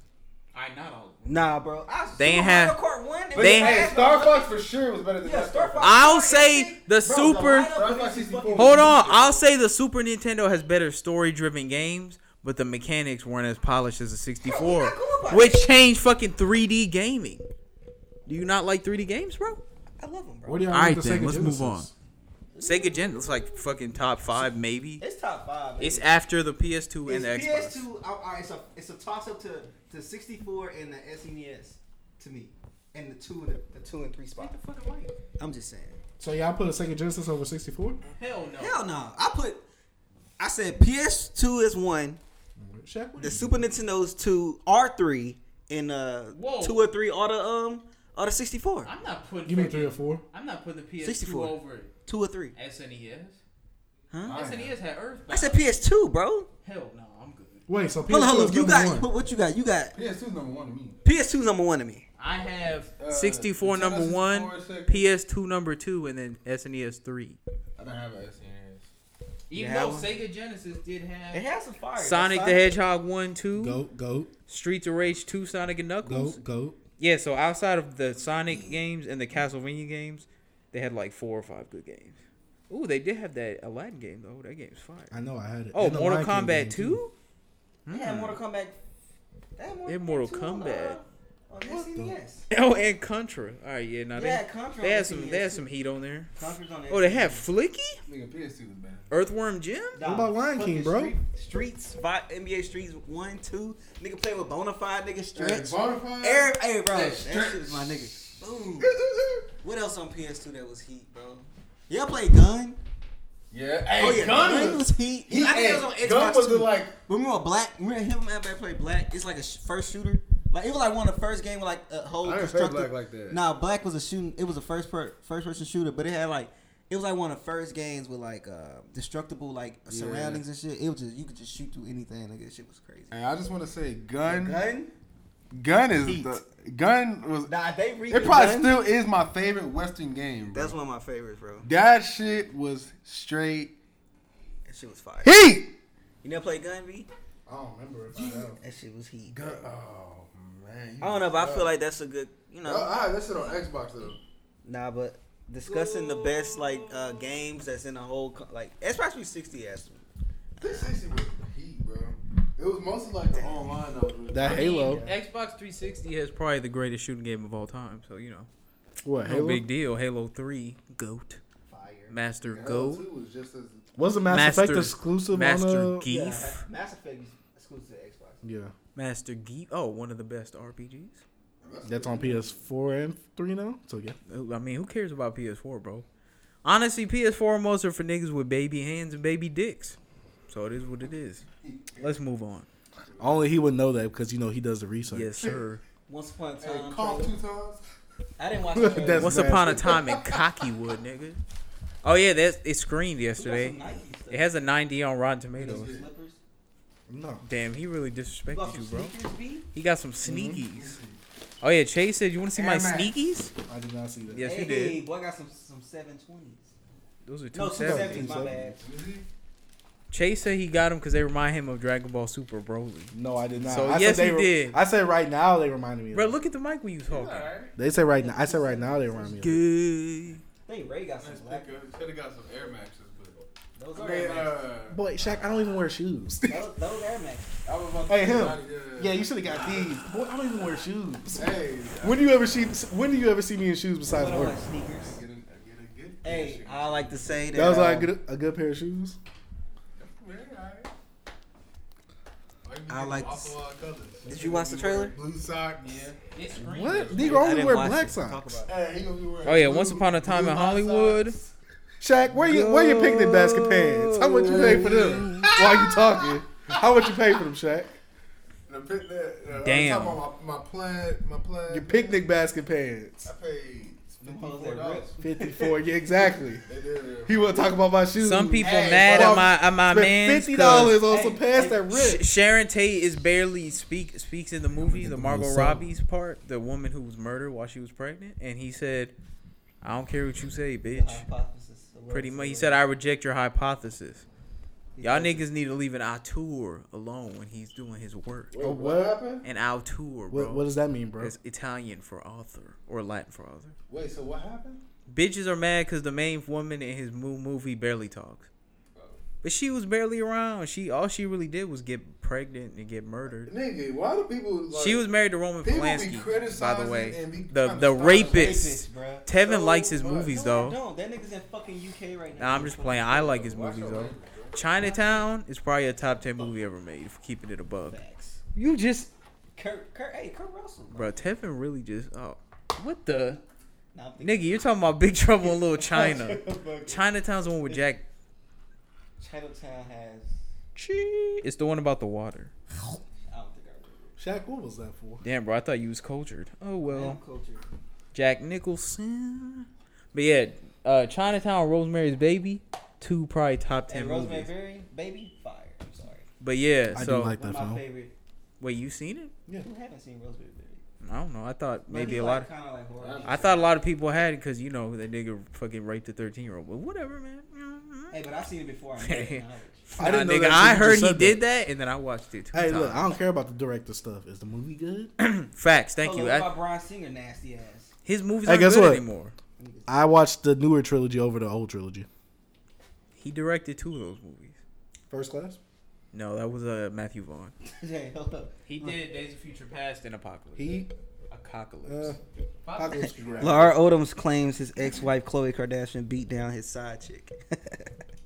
Speaker 8: I not all.
Speaker 5: Nah, bro.
Speaker 7: I,
Speaker 2: They ain't
Speaker 7: Super
Speaker 2: have-
Speaker 7: Mario Kart one,
Speaker 3: But,
Speaker 7: nigga.
Speaker 2: They-
Speaker 3: hey, Star Fox for sure was better than
Speaker 7: Yeah,
Speaker 3: that.
Speaker 7: Star Fox.
Speaker 2: I'll say the
Speaker 3: Bro,
Speaker 2: super.
Speaker 3: the lineup of these fucking-
Speaker 2: Hold on, I'll say the Super Nintendo has better story-driven games, but the mechanics weren't as polished as the 64, which changed fucking 3D gaming. Do you not like 3D games, bro?
Speaker 5: I love him, bro.
Speaker 1: What do y'all
Speaker 2: All right,
Speaker 1: think the
Speaker 2: then,
Speaker 1: Sega
Speaker 2: let's move
Speaker 1: Genesis?
Speaker 2: on. Sega Gen is like fucking top five, maybe.
Speaker 7: It's top five. nigga.
Speaker 2: It's after the PS2 and the
Speaker 7: It's
Speaker 2: Xbox.
Speaker 7: PS2, I, I, it's a it's a toss up to to 64 and the
Speaker 5: E
Speaker 7: SNES to me, and the two and the, the two and three spot.
Speaker 5: I'm just saying.
Speaker 1: So y'all put a Sega Genesis over 64?
Speaker 8: Hell no.
Speaker 5: Hell no. I put. I said PS2 is one,
Speaker 1: Shaq, what
Speaker 5: the
Speaker 1: you-
Speaker 5: Super Nintendo's two, R3, and uh
Speaker 8: Whoa.
Speaker 5: two or three are the um are the 64.
Speaker 8: I'm not putting.
Speaker 1: Give me three or four.
Speaker 8: I'm not putting the PS2
Speaker 5: 64.
Speaker 8: over E
Speaker 5: Two or three.
Speaker 8: SNES.
Speaker 5: Huh?
Speaker 8: SNES E had Earth.
Speaker 5: I said PS2, bro.
Speaker 8: Hell no, I'm good.
Speaker 1: Wait, so PS2
Speaker 5: Hold on, hold
Speaker 1: is
Speaker 5: on. You
Speaker 1: number
Speaker 5: got
Speaker 1: one.
Speaker 5: what you got? You got
Speaker 3: PS2's number one to me.
Speaker 5: PS2's number one to me.
Speaker 8: I have.
Speaker 3: Uh,
Speaker 2: 64
Speaker 3: Nintendo
Speaker 2: number one,
Speaker 3: 64 is second.
Speaker 2: PS2 number two, and then SNES three.
Speaker 3: I don't have an
Speaker 1: E
Speaker 3: SNES.
Speaker 8: Even
Speaker 5: have
Speaker 8: though
Speaker 5: one?
Speaker 8: Sega Genesis did
Speaker 7: It
Speaker 8: have.
Speaker 7: has some fire.
Speaker 2: Sonic the Hedgehog 1, 2,
Speaker 1: Goat, goat,
Speaker 2: Streets of Rage 2, Sonic and Knuckles.
Speaker 1: goat, goat.
Speaker 2: Yeah, so outside of the Sonic games and the Castlevania games, they had like four or five good games. Ooh, they did have that Aladdin game, though. That game's fire.
Speaker 1: I know I had it.
Speaker 2: Oh,
Speaker 1: Uh, And the
Speaker 2: Mortal
Speaker 1: Lion King game,
Speaker 2: Kombat
Speaker 1: too.
Speaker 2: 2?
Speaker 7: They had Mortal Kombat. They had Mortal,
Speaker 2: Mm. They had Mortal
Speaker 7: Kombat 2 on,
Speaker 2: Kombat.
Speaker 7: uh, on
Speaker 5: E
Speaker 7: SNES.
Speaker 2: Oh, and Contra. All right, yeah, now
Speaker 7: Yeah,
Speaker 2: they,
Speaker 7: Contra.
Speaker 2: they
Speaker 7: on E
Speaker 2: had some
Speaker 7: SNES.
Speaker 2: they had some heat on there.
Speaker 7: Contra's
Speaker 5: E
Speaker 7: on
Speaker 2: Oh, they
Speaker 7: SNES.
Speaker 2: had Flicky?
Speaker 3: Nigga, PS2 was better.
Speaker 2: Earthworm Jim?
Speaker 7: Nah,
Speaker 1: about Lion
Speaker 7: fucking
Speaker 1: King, bro?
Speaker 7: Street-
Speaker 5: Streets, vi- NBA Streets one, two. Nigga play with bona fide nigga
Speaker 3: Hey,
Speaker 5: stretch.
Speaker 3: Bonafide.
Speaker 5: Air, hey, bro,
Speaker 3: Hey,
Speaker 5: that
Speaker 3: Stretch.
Speaker 5: shit is my nigga. Boom. What else on PS2 that was heat, bro? Y'all play Gun?
Speaker 3: Yeah. Hey,
Speaker 5: Oh yeah,
Speaker 3: Gun
Speaker 5: Gun
Speaker 3: was.
Speaker 5: was heat.
Speaker 3: He,
Speaker 5: I think it was on
Speaker 3: hey,
Speaker 5: Xbox
Speaker 3: Gun was
Speaker 5: too.
Speaker 3: the, like.
Speaker 5: Remember Black? Remember him and everybody played Black? It's like a sh- first shooter. Like it was like one of the first game with like a whole.
Speaker 3: I didn't play Black
Speaker 5: constructed-
Speaker 3: like that.
Speaker 5: Nah, Black was a shooting. It was a first per, first person shooter, but it had like it was like one of the first games with like uh, destructible like surroundings and shit. It was just you could just shoot through anything. Nigga, that shit was crazy.
Speaker 3: Hey, I just want to say, Gun.
Speaker 5: Gun?
Speaker 3: Gun is
Speaker 5: Heat.
Speaker 3: the. Gun was.
Speaker 5: Nah, they re-
Speaker 3: It probably
Speaker 5: Gun?
Speaker 3: still is my favorite Western game. Bro.
Speaker 5: That's one of my favorites, bro.
Speaker 3: That shit was straight
Speaker 5: That shit was fire.
Speaker 3: heat.
Speaker 5: You never played Gun V?
Speaker 3: I don't remember if I have.
Speaker 5: That shit was heat.
Speaker 3: Gun. Oh man.
Speaker 5: I don't know, but I feel like that's a good, you know.
Speaker 3: I had that shit on Xbox though.
Speaker 5: Nah, but discussing the best like uh games that's in the whole co- like Xbox 360 has.
Speaker 3: 360 was heat, bro. It was mostly like the online though.
Speaker 1: That Halo.
Speaker 2: Xbox 360 has probably the greatest shooting game of all time, so you know.
Speaker 1: What,
Speaker 2: No
Speaker 1: Halo?
Speaker 2: big deal. Halo 3, GOAT. Master
Speaker 3: Halo
Speaker 2: GOAT.
Speaker 3: 2 was just as.
Speaker 1: Was the Mass Effect
Speaker 2: Master-
Speaker 1: exclusive
Speaker 2: Master
Speaker 1: on uh,
Speaker 2: Geef.
Speaker 7: Mass Effect is exclusive to Xbox.
Speaker 1: Yeah.
Speaker 2: Master Geef. Oh, one of the best RPGs.
Speaker 1: That's on PS4 and 3 now? So yeah.
Speaker 2: Who- I mean, who cares about PS4, bro? Honestly, PS4 most are for niggas with baby hands and baby dicks. So it is what it is. Let's move on.
Speaker 1: Only he would know that because you know he does the research.
Speaker 2: Yes, sir.
Speaker 5: Once upon a
Speaker 3: Hey,
Speaker 5: time,
Speaker 3: call
Speaker 5: Trey-
Speaker 3: two times.
Speaker 5: I didn't watch.
Speaker 1: That's
Speaker 2: Once
Speaker 1: nasty.
Speaker 2: upon a time in Cockywood, nigga. Oh yeah, that's it screened yesterday. It has a 90 on Rotten Tomatoes.
Speaker 1: No.
Speaker 2: Damn, he really disrespected you, bro. He got some sneakies. Oh yeah, Chase said, "You want to see my
Speaker 6: Air Max.
Speaker 2: sneakies?"
Speaker 1: I did not see that.
Speaker 2: Yes,
Speaker 5: hey,
Speaker 2: you did.
Speaker 5: boy, I got some some seven twenties.
Speaker 2: Those are two
Speaker 5: No, two
Speaker 2: sevens.
Speaker 5: seventies. My bad.
Speaker 2: Chase said he got them because they remind him of Dragon Ball Super Broly.
Speaker 1: No, I did not.
Speaker 2: So,
Speaker 1: I
Speaker 2: yes,
Speaker 1: said
Speaker 2: he
Speaker 1: they
Speaker 2: did.
Speaker 1: I said right now they reminded me. Of
Speaker 2: Bro,
Speaker 1: that.
Speaker 2: look at the mic when you talking.
Speaker 1: They said right now. I said right now they remind me. Of that.
Speaker 2: Good.
Speaker 5: I think Ray got some
Speaker 3: Let's
Speaker 5: black.
Speaker 3: pick up. Could have got some Air Maxes, but
Speaker 5: Those
Speaker 3: I
Speaker 5: are
Speaker 3: mean,
Speaker 5: Air Max.
Speaker 3: uh,
Speaker 1: Boy, Shaq, I don't even wear shoes.
Speaker 5: Those, those Air Max.
Speaker 3: I was about to
Speaker 1: Hey, him. yeah,
Speaker 3: Yeah.
Speaker 1: you should have got these. Boy, I don't even wear shoes.
Speaker 3: uh, Hey,
Speaker 1: When do you ever see? When do you ever see me in shoes
Speaker 5: I
Speaker 1: besides
Speaker 5: don't
Speaker 1: work?
Speaker 5: like
Speaker 3: I
Speaker 5: sneakers.
Speaker 3: get a, I get a good.
Speaker 5: Hey,
Speaker 3: picture.
Speaker 5: I like to say that.
Speaker 1: That was like
Speaker 5: um,
Speaker 1: a good, a good pair of shoes.
Speaker 3: Yeah, alright.
Speaker 5: I like
Speaker 3: Waffle
Speaker 5: this-
Speaker 3: lot colors.
Speaker 5: Did you watch the trailer?
Speaker 3: Blue sock, yeah.
Speaker 8: It's green.
Speaker 1: What?
Speaker 8: They
Speaker 1: Nigga
Speaker 5: I
Speaker 1: only
Speaker 5: didn't
Speaker 1: wear
Speaker 5: watch
Speaker 1: black
Speaker 5: it. Talk
Speaker 1: socks.
Speaker 5: about it.
Speaker 3: Hey, he gonna be wearing
Speaker 2: Oh yeah,
Speaker 3: blue-
Speaker 2: once upon a time
Speaker 3: blue
Speaker 2: in
Speaker 3: hot
Speaker 2: Hollywood.
Speaker 3: socks.
Speaker 1: Shaq, where you where you picnic basket pants? How much you pay for them? While you talking, how much you pay for them, Shaq?
Speaker 3: The pit- the- the-
Speaker 2: Damn.
Speaker 3: I'm talking about my, my plan, my plan.
Speaker 1: Your picnic basket pants.
Speaker 3: I paid
Speaker 5: Them hoes that
Speaker 3: fifty-four dollars.
Speaker 1: Fifty four. Yeah, exactly.
Speaker 3: They did.
Speaker 1: He want to talk about my shoes.
Speaker 2: Some people
Speaker 5: Hey,
Speaker 2: mad
Speaker 1: bro,
Speaker 2: at my at my
Speaker 1: Spent
Speaker 2: man.
Speaker 1: fifty dollars on
Speaker 5: Hey,
Speaker 1: some pants
Speaker 5: hey,
Speaker 1: that
Speaker 2: Sh-
Speaker 1: ripped.
Speaker 2: Sharon Tate is barely speak speaks in the movie,
Speaker 6: get
Speaker 2: the
Speaker 6: the
Speaker 2: Margot
Speaker 6: most
Speaker 2: Robbie's part, the woman who was murdered while she was pregnant, and he said, "I don't care what you say, bitch."
Speaker 1: Uh,
Speaker 5: Hypothesis. The
Speaker 2: Pretty
Speaker 5: world's
Speaker 2: much, he
Speaker 5: a-
Speaker 2: said, "I reject your hypothesis." Y'all niggas
Speaker 5: Because-
Speaker 2: need to leave an auteur alone when he's doing his work.
Speaker 1: Oh,
Speaker 3: what
Speaker 1: what?
Speaker 3: happened?
Speaker 2: An auteur, bro.
Speaker 1: What, what does that mean, bro?
Speaker 2: It's Italian for author or Latin for author.
Speaker 3: Wait, so what happened?
Speaker 2: Bitches are mad because the main woman in his mo- movie barely talks. But she was barely around. She all she really did was get pregnant and get murdered.
Speaker 3: Nigga, why do people? Like,
Speaker 2: she was married to Roman
Speaker 3: people be
Speaker 2: Polanski, by the
Speaker 3: criticizing
Speaker 2: way.
Speaker 3: and be
Speaker 2: The
Speaker 3: kinda
Speaker 2: the
Speaker 3: starting
Speaker 2: rapist.
Speaker 5: bruh.
Speaker 2: Tevin
Speaker 3: so
Speaker 2: likes his
Speaker 3: much.
Speaker 2: movies
Speaker 5: No, I
Speaker 2: though.
Speaker 5: don't. That nigga's in fucking UK right now.
Speaker 2: Nah, I'm just playing. I like his
Speaker 3: Watch
Speaker 2: movies
Speaker 3: your
Speaker 2: though.
Speaker 3: language, bro.
Speaker 2: Chinatown is probably a top ten movie ever made. If keeping it above.
Speaker 5: Facts.
Speaker 2: You just,
Speaker 5: Kurt, Kurt, hey, Kurt Russell.
Speaker 2: bro.
Speaker 5: Bro.
Speaker 2: Tevin really just. Oh, what the
Speaker 5: Nah, I'm thinking
Speaker 2: nigga? You're talking about Big Trouble in Little China. Chinatown's the one with Jack.
Speaker 5: Chinatown has.
Speaker 2: Chi. It's the one about the water.
Speaker 5: I don't think I remember.
Speaker 1: Shaq, what was that for?
Speaker 2: Damn, bro. I thought you was cultured. Oh well.
Speaker 5: Damn culture.
Speaker 2: Jack Nicholson. But yeah, uh, Chinatown, Rosemary's Baby, two probably top ten
Speaker 5: And Rosemary
Speaker 2: movies.
Speaker 5: Berry, baby, fire. I'm sorry.
Speaker 2: But yeah,
Speaker 1: I
Speaker 2: so
Speaker 1: do like
Speaker 5: One
Speaker 1: that
Speaker 5: of my
Speaker 1: film.
Speaker 5: favorite.
Speaker 2: wait, you seen it?
Speaker 5: Who haven't seen Rosemary Berry?
Speaker 2: I don't know. I thought maybe a lot. Of,
Speaker 5: Kind of like horror.
Speaker 2: I thought a lot of people had it because you know that nigga fucking raped a thirteen year old. But whatever, man.
Speaker 5: Hey, but I seen it before. I'm not acknowledged.
Speaker 1: I didn't
Speaker 2: Nah,
Speaker 1: know
Speaker 2: nigga,
Speaker 1: that
Speaker 2: I
Speaker 1: until you
Speaker 2: heard
Speaker 1: just
Speaker 2: he
Speaker 1: said
Speaker 2: did that, and then I watched it. Two
Speaker 1: Hey,
Speaker 2: times.
Speaker 1: look, I don't care about the director stuff. Is the movie good?
Speaker 2: Facts. Thank
Speaker 5: Hold
Speaker 2: you.
Speaker 5: on, What
Speaker 2: I,
Speaker 5: about Brian Singer, nasty ass?
Speaker 2: his movies
Speaker 1: Hey,
Speaker 2: aren't
Speaker 1: guess
Speaker 2: good
Speaker 1: what?
Speaker 2: anymore.
Speaker 1: I watched the newer trilogy over the old trilogy.
Speaker 2: He directed two of those movies.
Speaker 1: First class.
Speaker 2: No, that was uh, Matthew Vaughn.
Speaker 5: hey, hold up.
Speaker 2: He did Days of Future Past and Apocalypse.
Speaker 1: He.
Speaker 2: Apocalypse.
Speaker 1: Uh, Apocalypse was rap.
Speaker 5: Lar Odoms claims his ex-wife Khloe Kardashian beat down his side chick.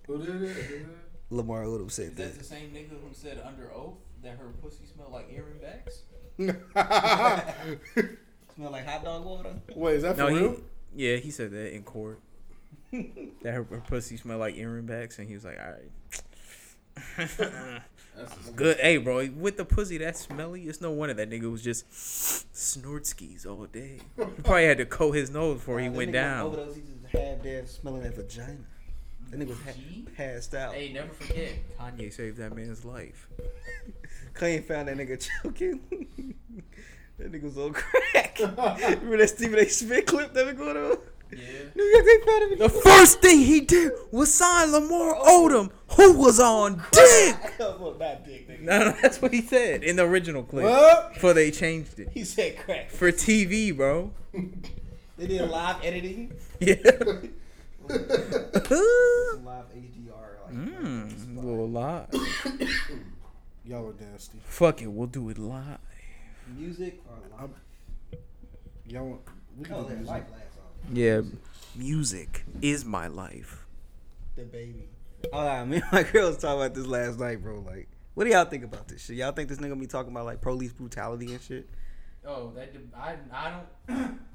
Speaker 3: Who did it? Who did it?
Speaker 5: Lamar Odom said
Speaker 8: Is that the same nigga who said under oath that her pussy smelled like earring bags?
Speaker 5: Smell like hot dog water.
Speaker 1: Wait, is that
Speaker 2: No,
Speaker 1: for real?
Speaker 2: he, yeah, he said that in court. that her, her pussy smelled like earring backs, and he was like, "All right,
Speaker 3: That's disgusting.
Speaker 2: good." Hey, bro, with the pussy that smelly, it's no wonder that nigga was just snort skis all day. He probably had to coat his nose before he
Speaker 5: That
Speaker 2: went
Speaker 5: nigga
Speaker 2: down.
Speaker 5: Overdose, he just half dead, smelling that vagina. That nigga was
Speaker 8: Gee.
Speaker 5: ha- passed out.
Speaker 8: Hey, never forget.
Speaker 2: Kanye saved that man's life.
Speaker 5: Clayton found that nigga choking. that nigga was on crack. Remember that Stephen A. Smith clip that been going on?
Speaker 8: Yeah.
Speaker 5: Nigga, they found him.
Speaker 2: The first thing he did was sign Lamar Odom, who was on dick.
Speaker 5: well, not dick, nigga.
Speaker 2: No, no, that's what he said in the original clip.
Speaker 1: What?
Speaker 2: Before they changed it
Speaker 5: He said crack.
Speaker 2: for TV, bro.
Speaker 5: They did live editing.
Speaker 2: Yeah. Hmm.
Speaker 5: Some live HDR. Like,
Speaker 2: Mm, little live.
Speaker 1: Y'all are nasty.
Speaker 2: Fuck it, we'll do it live.
Speaker 5: Music or live.
Speaker 1: I'm- Y'all want? We can
Speaker 5: Oh,
Speaker 1: do
Speaker 5: that
Speaker 1: music.
Speaker 5: life lasts on.
Speaker 2: Yeah. Music is my life.
Speaker 5: The baby. Hold on, Oh, me and my girl was talking about this last night, bro. Like, what do y'all think about this shit? Y'all think this nigga be talking about like police brutality and shit?
Speaker 8: Oh, that. De- I. I don't.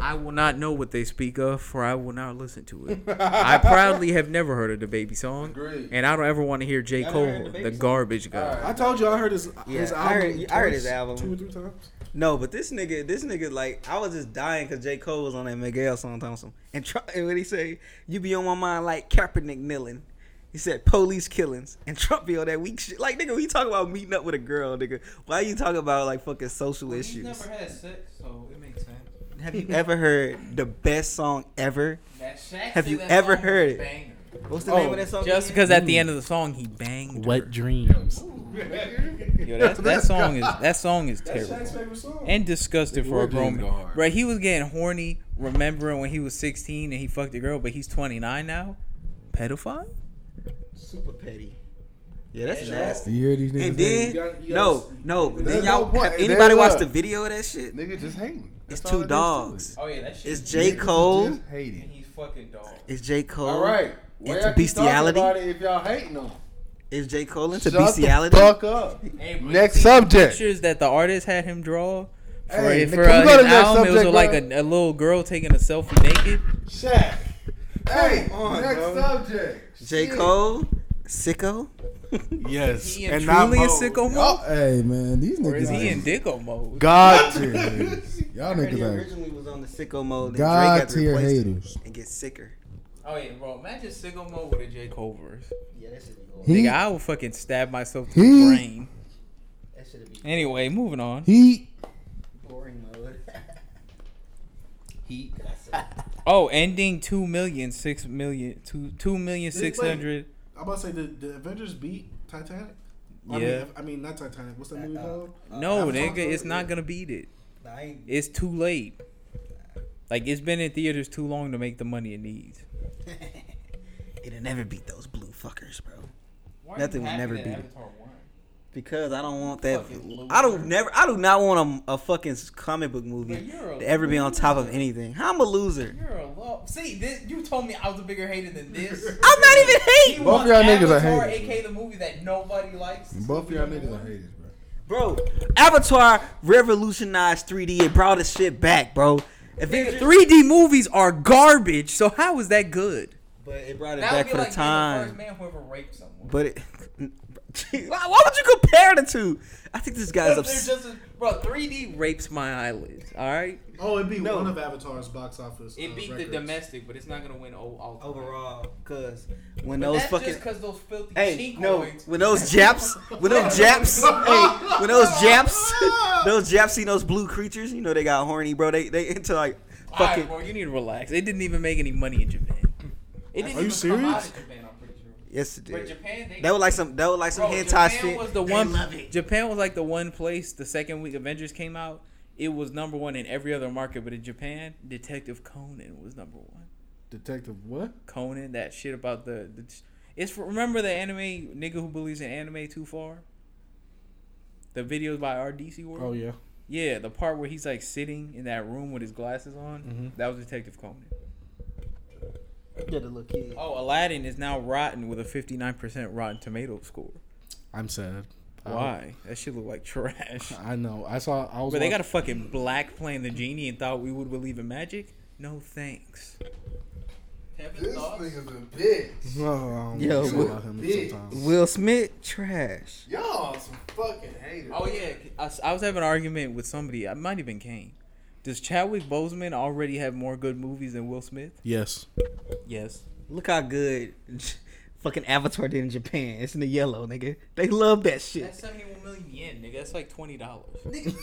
Speaker 2: I will not know what they speak of, for I will not listen to it. I proudly have never heard of the baby song,
Speaker 3: Agreed.
Speaker 2: and I don't ever want to hear J.
Speaker 7: Never heard of
Speaker 2: Cole,
Speaker 7: the
Speaker 2: the,
Speaker 7: Baby Song?
Speaker 2: garbage guy.
Speaker 3: Alright.
Speaker 1: I told you I heard his, his
Speaker 5: Yeah,
Speaker 1: album.
Speaker 5: I heard- I heard his
Speaker 1: twice,
Speaker 5: album.
Speaker 1: two or three times.
Speaker 5: No, but this nigga, this nigga, like, I was just dying because J. Cole was on that Miguel song, Thompson. And, try, and what he say, you be on my mind like Kaepernick kneeling. He said police killings and Trump be on that weak shit. Like, nigga, we talk about meeting up with a girl, nigga. Why you talking about, like, fucking social
Speaker 8: Well, He's
Speaker 5: issues?
Speaker 8: never had sex, so it makes sense.
Speaker 5: Have you ever heard the best song ever?
Speaker 8: That Shaq
Speaker 5: Have
Speaker 8: did
Speaker 5: you
Speaker 8: that
Speaker 5: ever
Speaker 8: song
Speaker 5: heard
Speaker 8: with
Speaker 5: it?
Speaker 8: Banger.
Speaker 5: What's the
Speaker 1: Oh,
Speaker 5: name of that song?
Speaker 2: Just
Speaker 5: again?
Speaker 2: because at the end of the song he banged. her.
Speaker 1: Wet dreams.
Speaker 2: Yo, that, that song is that song is terrible
Speaker 1: favorite song.
Speaker 2: and disgusting for a
Speaker 6: Wet
Speaker 2: grown
Speaker 6: Dreams go
Speaker 2: man.
Speaker 6: hard.
Speaker 2: Bro, he was getting horny remembering when he was 16 and he fucked a girl, but he's 29 now. Pedophile?
Speaker 5: Super petty. Yeah, that's
Speaker 3: Yeah.
Speaker 5: nasty.
Speaker 6: You hear these niggas?
Speaker 5: And
Speaker 6: hate?
Speaker 5: then
Speaker 3: You gotta- you
Speaker 5: no,
Speaker 3: gotta-
Speaker 5: no. Then
Speaker 3: There's no
Speaker 5: y'all
Speaker 3: point.
Speaker 5: have
Speaker 3: There's
Speaker 5: anybody watch
Speaker 3: a-
Speaker 5: the video of that shit?
Speaker 3: Nigga just hating.
Speaker 5: It's
Speaker 6: That's all
Speaker 5: two
Speaker 6: it is to
Speaker 5: dogs.
Speaker 8: Oh yeah, that shit.
Speaker 5: It's
Speaker 8: is-
Speaker 5: J
Speaker 6: it.
Speaker 5: Cole.
Speaker 6: Just hating.
Speaker 8: He's fucking dog.
Speaker 5: Is J Cole?
Speaker 3: All right. Why
Speaker 5: Into
Speaker 3: y'all keep talking
Speaker 5: bestiality?
Speaker 3: about it If y'all hating them,
Speaker 5: Is J Cole into
Speaker 3: Shut
Speaker 5: bestiality?
Speaker 3: The fuck up.
Speaker 8: Hey, but
Speaker 3: Next
Speaker 8: see,
Speaker 3: subject.
Speaker 2: Pictures that the artist had him draw for,
Speaker 3: Hey,
Speaker 2: for
Speaker 3: Nick, can
Speaker 2: uh,
Speaker 3: we go
Speaker 2: his
Speaker 3: to the next
Speaker 2: album. it was
Speaker 3: subject,
Speaker 2: like
Speaker 3: bro?
Speaker 2: a, a little girl taking a selfie naked.
Speaker 3: Shaq. Hey,
Speaker 1: on,
Speaker 3: next
Speaker 1: bro.
Speaker 3: subject.
Speaker 5: J
Speaker 3: Shit.
Speaker 5: Cole, sicko.
Speaker 1: Yes,
Speaker 2: He in
Speaker 1: and not
Speaker 2: truly in
Speaker 1: Mo.
Speaker 2: sicko
Speaker 6: Oh,
Speaker 2: mode,
Speaker 6: hey man, these
Speaker 2: or
Speaker 6: niggas.
Speaker 2: is he
Speaker 6: are
Speaker 2: in dicko mode?
Speaker 6: God tier. haters. Y'all
Speaker 5: He
Speaker 6: niggas are
Speaker 5: originally was on the sicko mode. Then Drake
Speaker 6: God
Speaker 5: got to
Speaker 6: tier
Speaker 5: replace him
Speaker 6: haters.
Speaker 5: and get sicker.
Speaker 8: Oh yeah, bro. Imagine single mode with a J Cole verse.
Speaker 7: Yeah, that should be going.
Speaker 6: He
Speaker 2: Nigga, I would fucking stab myself in the
Speaker 6: He-
Speaker 2: brain.
Speaker 7: That should be
Speaker 2: Anyway, moving on.
Speaker 6: he
Speaker 7: boring mode.
Speaker 8: Heat.
Speaker 2: Oh, ending two million six million two two million six hundred.
Speaker 1: I'm about to say the, the Avengers beat Titanic. I
Speaker 2: Yeah.
Speaker 1: Mean, I mean, not Titanic. What's that movie
Speaker 2: Uh-uh.
Speaker 1: called?
Speaker 8: Uh,
Speaker 2: No,
Speaker 1: I'm
Speaker 2: nigga,
Speaker 1: sorry.
Speaker 2: it's not gonna beat it.
Speaker 7: I ain't
Speaker 2: It's too late. Like it's been in theaters too long to make the money it needs.
Speaker 5: It'll never beat those blue fuckers, bro.
Speaker 8: Why are you
Speaker 5: Nothing would
Speaker 8: happy
Speaker 5: never
Speaker 8: that
Speaker 5: beat it.
Speaker 8: Avatar won?
Speaker 5: Because I don't want that.
Speaker 8: Fucking loser.
Speaker 5: I don't never. I do not want a, a fucking comic book
Speaker 8: But
Speaker 5: movie
Speaker 8: you're a
Speaker 5: to ever be on top of
Speaker 8: loser.
Speaker 5: anything. How I'm a loser.
Speaker 8: You're a love. See, this, you told me I was a bigger hater than this.
Speaker 5: I'm not even
Speaker 8: He
Speaker 5: hating,
Speaker 6: Both
Speaker 8: wants
Speaker 6: y'all niggas are
Speaker 8: Avatar,
Speaker 6: haters,
Speaker 8: aka the movie that nobody likes.
Speaker 6: both of y'all niggas are haters, bro.
Speaker 5: bro. Avatar revolutionized 3D. It brought this shit back, bro. Avengers,
Speaker 2: Three D movies are garbage. So how is that good?
Speaker 5: but it brought it
Speaker 8: That
Speaker 5: back
Speaker 8: would be
Speaker 5: for
Speaker 8: like being
Speaker 5: the time.
Speaker 8: first man who ever raped someone.
Speaker 5: But it, Gee, why, why would you compare the two? I think this guy's
Speaker 8: They're
Speaker 5: obs-
Speaker 8: just as- bro, 3D
Speaker 2: Rapes my eyelids. All right.
Speaker 1: Oh, it'd be
Speaker 5: No.
Speaker 1: one of Avatar's box office. uh,
Speaker 8: It beat
Speaker 1: records.
Speaker 8: the domestic, but it's not gonna win all. all
Speaker 5: overall because when
Speaker 8: But
Speaker 5: those
Speaker 8: that's
Speaker 5: fucking
Speaker 8: just because those filthy
Speaker 5: hey
Speaker 8: cheek
Speaker 5: no
Speaker 8: coins-
Speaker 5: when those Japs when those Japs hey when those Japs those Japs see those blue creatures you know they got horny bro they they into like
Speaker 8: All right,
Speaker 5: fucking
Speaker 8: bro, you
Speaker 2: You
Speaker 8: need.
Speaker 2: need to relax. It didn't even make any money in Japan.
Speaker 8: It didn't
Speaker 1: Are you
Speaker 8: even come out
Speaker 1: serious?
Speaker 8: of Japan, I'm pretty sure.
Speaker 5: yes it
Speaker 8: But
Speaker 5: did
Speaker 8: Japan, they
Speaker 5: that was like some that was like some
Speaker 8: Bro,
Speaker 5: hentai
Speaker 8: Japan
Speaker 5: shit
Speaker 8: was the one.
Speaker 2: Japan was like the one place the second week Avengers came out, it was number one in every other market, but in Japan, Detective Conan was number one.
Speaker 1: Detective what?
Speaker 2: Conan, that shit about the, the it's remember the anime nigga who believes in anime too far. The videos by RDC World.
Speaker 1: Oh yeah.
Speaker 2: Yeah, the part where he's like sitting in that room with his glasses on,
Speaker 1: Mhm.
Speaker 2: that was Detective Conan.
Speaker 5: yeah the little kid
Speaker 2: Oh, Aladdin is now rotten with a fifty nine percent Rotten Tomato score.
Speaker 1: I'm sad. I-
Speaker 2: Why? That shit look like trash.
Speaker 1: I know. I saw. I was.
Speaker 2: But they
Speaker 1: watch-
Speaker 2: got a fucking black playing the genie and thought we would believe in magic. No thanks.
Speaker 8: Kevin
Speaker 3: This
Speaker 8: thoughts.
Speaker 3: nigga's a bitch.
Speaker 1: Oh, I don't
Speaker 5: Yo,
Speaker 1: know
Speaker 5: what-
Speaker 1: about him
Speaker 3: bitch.
Speaker 1: sometimes.
Speaker 5: Will Smith trash
Speaker 3: Y'all some fucking haters.
Speaker 8: Oh yeah,
Speaker 2: I, s- I was having an argument with somebody. I might have been Kane. Does Chadwick Boseman already have more good movies than Will Smith?
Speaker 1: Yes.
Speaker 2: Yes.
Speaker 5: look how good fucking Avatar did in Japan it's in the yellow nigga they love that shit
Speaker 8: that's seventy one million yen, nigga. That's like twenty dollars.
Speaker 5: Nigga,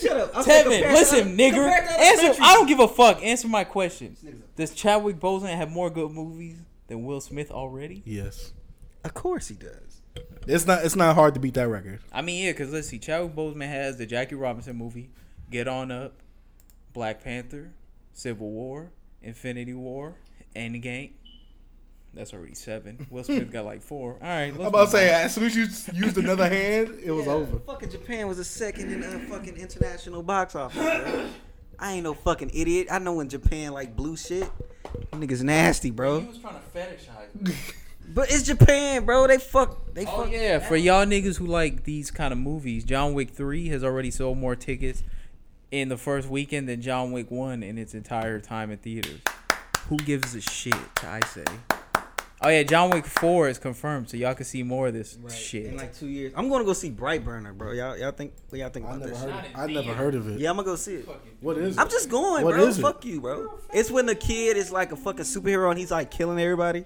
Speaker 5: shut up. I'm
Speaker 2: Tevin,
Speaker 5: saying compare
Speaker 2: listen,
Speaker 5: to other-
Speaker 2: nigger.
Speaker 5: compare to other
Speaker 2: Answer.
Speaker 5: countries.
Speaker 2: I don't give a fuck. Answer my question.
Speaker 7: nigga's a-
Speaker 2: Does Chadwick Boseman have more good movies than Will Smith already?
Speaker 1: Yes.
Speaker 5: Of course he does.
Speaker 1: It's not. It's not hard to beat that record.
Speaker 2: I mean, yeah, because let's see. Chadwick Boseman has the Jackie Robinson movie, Get On Up, Black Panther, Civil War, Infinity War, Endgame. That's already seven. Will Smith got like four. All right.
Speaker 1: I'm about to say as soon as you s- used another hand, it was
Speaker 5: Yeah,
Speaker 1: over.
Speaker 5: Fucking Japan was the second in the fucking international box office. bro. I ain't no fucking idiot. I know when Japan like blue shit. Them Niggas nasty,
Speaker 8: He
Speaker 5: bro.
Speaker 8: was trying to fetishize. me.
Speaker 5: But it's Japan, bro. They fuck. They
Speaker 8: Oh
Speaker 5: fuck.
Speaker 2: Yeah,
Speaker 8: yeah,
Speaker 2: for y'all niggas who like these kind of movies, John Wick 3 has already sold more tickets in the first weekend than John Wick 1 in its entire time in theaters. Who gives a shit, I say. Oh yeah, John Wick 4 is confirmed, so y'all can see more of this shit.
Speaker 5: In like two years, I'm gonna go see Brightburner, bro. Y'all, y'all think what y'all think
Speaker 1: I
Speaker 5: about
Speaker 1: never
Speaker 5: this?
Speaker 1: heard.
Speaker 8: Not
Speaker 1: Of,
Speaker 8: in
Speaker 1: I never
Speaker 8: theater.
Speaker 1: heard of it.
Speaker 5: Yeah, I'm gonna go see it.
Speaker 8: Fucking
Speaker 1: What is it?
Speaker 5: I'm just going,
Speaker 1: What
Speaker 5: bro.
Speaker 1: is it?
Speaker 5: Fuck you, bro. It's when the kid is like a fucking superhero and he's like killing everybody.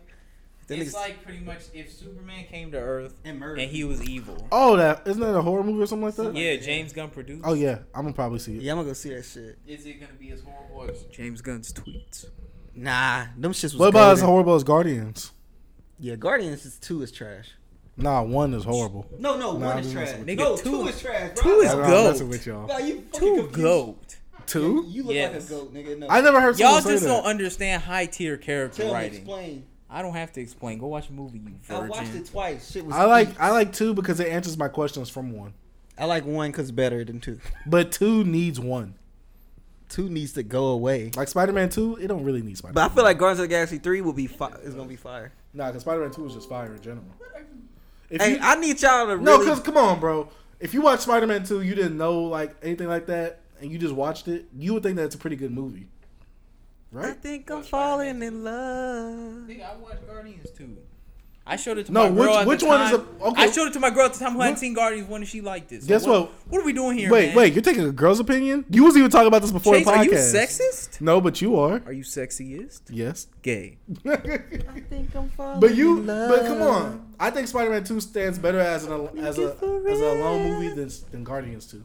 Speaker 5: Then
Speaker 2: It's like pretty much if Superman came to Earth
Speaker 7: And murder.
Speaker 2: and he was evil.
Speaker 1: Oh, that isn't that a horror movie or something like that?
Speaker 2: Yeah, James Gunn produced.
Speaker 1: Oh yeah, I'm gonna probably see it.
Speaker 5: yeah, I'm gonna go see that shit.
Speaker 8: Is it gonna be as horrible as
Speaker 2: James Gunn's tweets.
Speaker 5: Nah, them shits was.
Speaker 1: What about as
Speaker 5: golden.
Speaker 1: horrible as Guardians?
Speaker 5: Yeah, Guardians is two is trash.
Speaker 1: Nah, one is horrible.
Speaker 7: No, no,
Speaker 1: Nah,
Speaker 7: one
Speaker 1: I'm
Speaker 7: is
Speaker 1: just
Speaker 7: trash.
Speaker 1: messing
Speaker 2: with
Speaker 7: no,
Speaker 2: you.
Speaker 7: two,
Speaker 2: Two-
Speaker 7: is trash. Bro.
Speaker 2: two is
Speaker 1: I'm
Speaker 2: Goat.
Speaker 1: messing with y'all.
Speaker 7: Nah, you fucking
Speaker 2: Two
Speaker 7: confused.
Speaker 2: goat.
Speaker 1: Two?
Speaker 7: You look like
Speaker 2: Yes.
Speaker 7: a goat, nigga. No.
Speaker 1: I never heard someone
Speaker 2: Y'all just
Speaker 1: say
Speaker 2: don't
Speaker 1: that.
Speaker 2: understand high tier character
Speaker 7: Tell me,
Speaker 2: writing.
Speaker 7: explain.
Speaker 2: I don't have to explain. Go watch a movie, you
Speaker 7: I
Speaker 2: virgin.
Speaker 7: watched it twice. Shit was.
Speaker 1: I like I like two because it answers my questions from one,
Speaker 5: I like one because better than two.
Speaker 1: but two needs one.
Speaker 5: Two needs to go away.
Speaker 1: Like Spider-Man two, it don't really need Spider-Man.
Speaker 5: But I feel like Guardians of the Galaxy three will be fi- is gonna be fire.
Speaker 1: nah, because Spider-Man two is just fire in general. If
Speaker 5: Hey,
Speaker 1: you,
Speaker 5: I need y'all to
Speaker 1: no,
Speaker 5: really.
Speaker 1: because come on, bro. If you watch Spider-Man two, you didn't know like anything like that, and you just watched it, you would think that it's a pretty good movie,
Speaker 5: I
Speaker 1: right?
Speaker 5: think I'm
Speaker 8: What,
Speaker 5: falling
Speaker 8: Spider-Man?
Speaker 5: in love.
Speaker 8: Nigga, I watched Guardians too.
Speaker 2: I showed it to
Speaker 1: No,
Speaker 2: my girl.
Speaker 1: which-
Speaker 2: at
Speaker 1: which
Speaker 2: the
Speaker 1: one is
Speaker 2: time.
Speaker 1: a- okay.
Speaker 2: I showed it to my girl at the time who hadn't
Speaker 1: Wh-
Speaker 2: seen Guardians One, and she liked it. So
Speaker 1: Guess
Speaker 2: what,
Speaker 1: what?
Speaker 2: What are we doing here?
Speaker 1: Wait,
Speaker 2: man?
Speaker 1: wait, you're taking a girl's opinion? You was even talking about this before
Speaker 2: Chase,
Speaker 1: the podcast.
Speaker 2: are you sexist?
Speaker 1: No, but you are.
Speaker 2: Are you sexiest?
Speaker 1: Yes.
Speaker 2: Gay.
Speaker 1: but
Speaker 5: think I'm falling
Speaker 1: you,
Speaker 5: in
Speaker 1: but come
Speaker 5: love.
Speaker 1: on. I think Spider-Man Two stands better as an as a as a alone movie than than Guardians Two.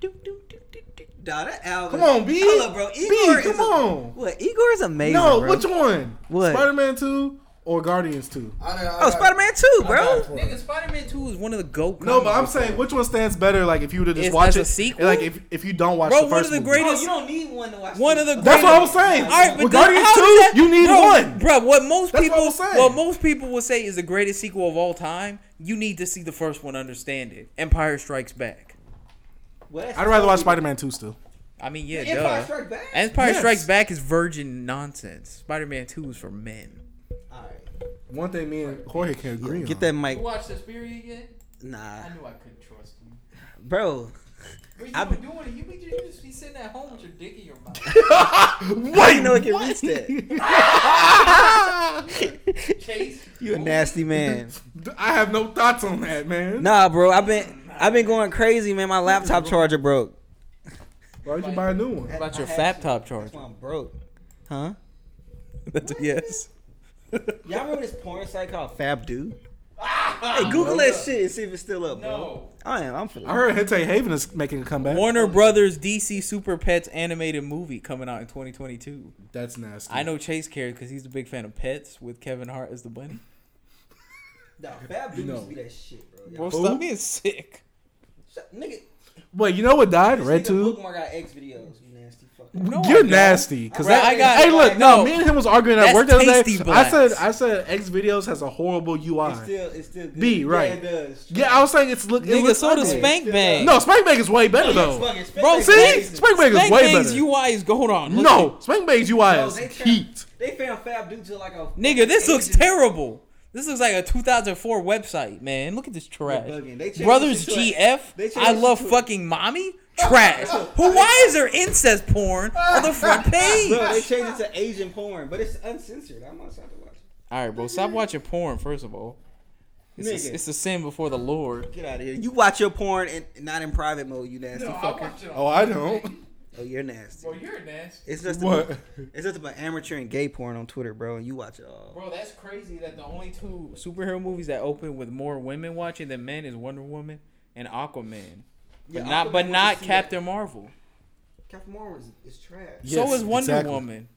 Speaker 5: Do, do, do, do, do.
Speaker 7: Nah, that album.
Speaker 1: Come on, B.
Speaker 7: Hold up, bro. Igor
Speaker 1: B,
Speaker 7: is
Speaker 1: come
Speaker 7: a-
Speaker 1: on.
Speaker 5: What Igor is amazing.
Speaker 1: no,
Speaker 5: bro.
Speaker 1: which one?
Speaker 5: What?
Speaker 1: Spider-Man Two or Guardians Two?
Speaker 3: I, I,
Speaker 5: Oh, Spider Man Two, bro.
Speaker 2: Nigga, Spider Man Two is one of the go.
Speaker 1: No, but I'm saying which one stands better? Like if you would have just
Speaker 2: Is-
Speaker 1: watched
Speaker 2: as a
Speaker 1: it,
Speaker 2: sequel?
Speaker 1: like if if you don't watch
Speaker 2: Bro,
Speaker 1: the
Speaker 2: one
Speaker 1: first
Speaker 2: of the
Speaker 1: movie.
Speaker 7: Bro,
Speaker 5: Oh,
Speaker 2: greatest.
Speaker 7: Oh, you don't need one to watch.
Speaker 2: one of
Speaker 7: this.
Speaker 2: the
Speaker 1: That's what I was
Speaker 2: greatest-
Speaker 1: saying.
Speaker 2: All right, but
Speaker 1: With
Speaker 2: that-
Speaker 1: Guardians
Speaker 2: how
Speaker 1: Two,
Speaker 2: does that-
Speaker 1: you need
Speaker 2: bro,
Speaker 1: one.
Speaker 2: bro. What most
Speaker 1: That's what I
Speaker 2: people,
Speaker 1: was saying.
Speaker 2: what most people will say is the greatest sequel of all time. You need to see the first one, to understand it. Empire Strikes Back.
Speaker 7: Well, that's
Speaker 1: I'd rather watch
Speaker 7: totally-
Speaker 1: Spider-Man Two still.
Speaker 2: I mean, yeah,
Speaker 7: Empire
Speaker 2: duh.
Speaker 7: Strike Back.
Speaker 2: Empire
Speaker 1: Yes.
Speaker 2: Strikes Back is virgin nonsense. Spider Man Two is for men.
Speaker 7: All right.
Speaker 1: One thing me and Jorge can agree on.
Speaker 5: Get that
Speaker 8: You
Speaker 5: mic,
Speaker 8: watched Suspiria yet?
Speaker 5: nah,
Speaker 8: I knew I couldn't trust him.
Speaker 5: bro.
Speaker 8: What you
Speaker 5: I've
Speaker 8: been doing? it. You be you just be sitting at home with your dick in your mouth.
Speaker 5: I didn't know it can reach that.
Speaker 8: Chase,
Speaker 5: you a
Speaker 8: move
Speaker 5: nasty man.
Speaker 1: I have no thoughts on that, man.
Speaker 5: Nah, bro. I've been I've been going crazy, man. My laptop charger broke.
Speaker 1: Why would you buy a new one?
Speaker 2: About your
Speaker 7: I had
Speaker 2: fat
Speaker 7: to.
Speaker 2: top
Speaker 7: That's
Speaker 2: charger.
Speaker 7: why I'm broke.
Speaker 5: Huh?
Speaker 2: That's a yes.
Speaker 7: Y'all remember this porn site called?
Speaker 5: Fabdu. Hey, Google that shit and see if it's still up, bro.
Speaker 8: No.
Speaker 5: I am. I'm feeling.
Speaker 1: I heard Hente Haven is making a comeback.
Speaker 2: Warner Brothers DC Super Pets animated movie coming out in 2022.
Speaker 1: That's nasty.
Speaker 2: I know Chase cares because he's a big fan of pets with Kevin Hart as the bunny.
Speaker 7: Nah, Fab dude
Speaker 1: No.
Speaker 7: used to be that shit, bro. Y'all-
Speaker 2: Bro,
Speaker 1: Who?
Speaker 2: stop being sick.
Speaker 7: Shut, nigga,
Speaker 1: Wait, you know what died?
Speaker 7: this
Speaker 1: Red
Speaker 7: nigga
Speaker 1: Two.
Speaker 7: bookmark our X videos. You nasty fucker.
Speaker 2: No, I
Speaker 1: You're
Speaker 2: don't.
Speaker 1: nasty. Cause
Speaker 2: Bro,
Speaker 1: that,
Speaker 2: I got-
Speaker 1: hey, look, no,
Speaker 2: no.
Speaker 1: me and him was arguing at
Speaker 2: That's
Speaker 1: work the other day.
Speaker 2: tasty
Speaker 1: I said,
Speaker 2: blacks.
Speaker 1: I said, X videos has a horrible UI.
Speaker 7: It's still, it's still good.
Speaker 1: B,
Speaker 7: Yeah,
Speaker 1: right.
Speaker 7: it does.
Speaker 1: yeah, I was saying it's look. it
Speaker 2: Nigga,
Speaker 1: looks
Speaker 2: so does
Speaker 1: ugly.
Speaker 2: Spank Bang.
Speaker 1: No, Spank Bang is way better though.
Speaker 7: Fucking
Speaker 2: Bro,
Speaker 7: Spank
Speaker 1: See,
Speaker 7: Bank-
Speaker 1: Spank Bang is
Speaker 2: Spank
Speaker 1: way
Speaker 2: Bang's
Speaker 1: better.
Speaker 2: UI is going on. Look
Speaker 1: No, Spank Bang's UI
Speaker 7: No,
Speaker 1: is
Speaker 7: they tried-
Speaker 1: heat.
Speaker 7: They found Fab dude to like a.
Speaker 2: at- Nigga, this looks
Speaker 7: Asian-
Speaker 2: terrible. This looks like a 2004 website, man. Look at this trash.
Speaker 7: They're bugging. They changed
Speaker 2: Brothers
Speaker 7: it to a- They
Speaker 2: GF,
Speaker 7: changed
Speaker 2: I
Speaker 7: it
Speaker 2: love
Speaker 7: to a-
Speaker 2: fucking mommy. Trash. Who? Why is there incest porn on the front
Speaker 7: Bro, they
Speaker 2: page?
Speaker 7: changed it to Asian porn, but it's uncensored. I'm not trying to watch. it.
Speaker 2: All right, bro, stop watching porn. First of all, it's
Speaker 7: Nigga.
Speaker 2: a, it's a sin before the Lord.
Speaker 7: Get out of here.
Speaker 5: You watch your porn and not in private mode. You nasty
Speaker 8: No, I
Speaker 5: fucker.
Speaker 8: watched it.
Speaker 1: Oh,
Speaker 8: All.
Speaker 1: I don't.
Speaker 5: Oh, you're nasty.
Speaker 8: Bro, you're nasty.
Speaker 5: It's just
Speaker 1: What?
Speaker 5: About, it's just about amateur and gay porn on Twitter, bro. And you watch it all.
Speaker 8: Bro, that's crazy that the only two.
Speaker 2: Superhero movies that open with more women watching than men is Wonder Woman and Aquaman. But
Speaker 7: Yeah,
Speaker 2: not,
Speaker 7: Aquaman
Speaker 2: but
Speaker 7: was
Speaker 2: not
Speaker 7: a-
Speaker 2: Captain Marvel.
Speaker 7: Captain Marvel is, is trash.
Speaker 2: so
Speaker 1: Yes,
Speaker 2: is Wonder
Speaker 1: exactly.
Speaker 2: Woman.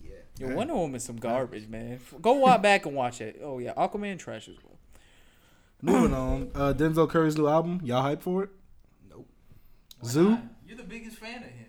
Speaker 7: Yeah.
Speaker 2: Yo, Wonder Woman's some garbage, man. F- Go walk back and watch it. Oh yeah, Aquaman trash as well.
Speaker 1: Moving on. Uh, Denzel Curry's new album. Y'all hype for it? Nope. Zoo.
Speaker 8: You're the biggest fan of him.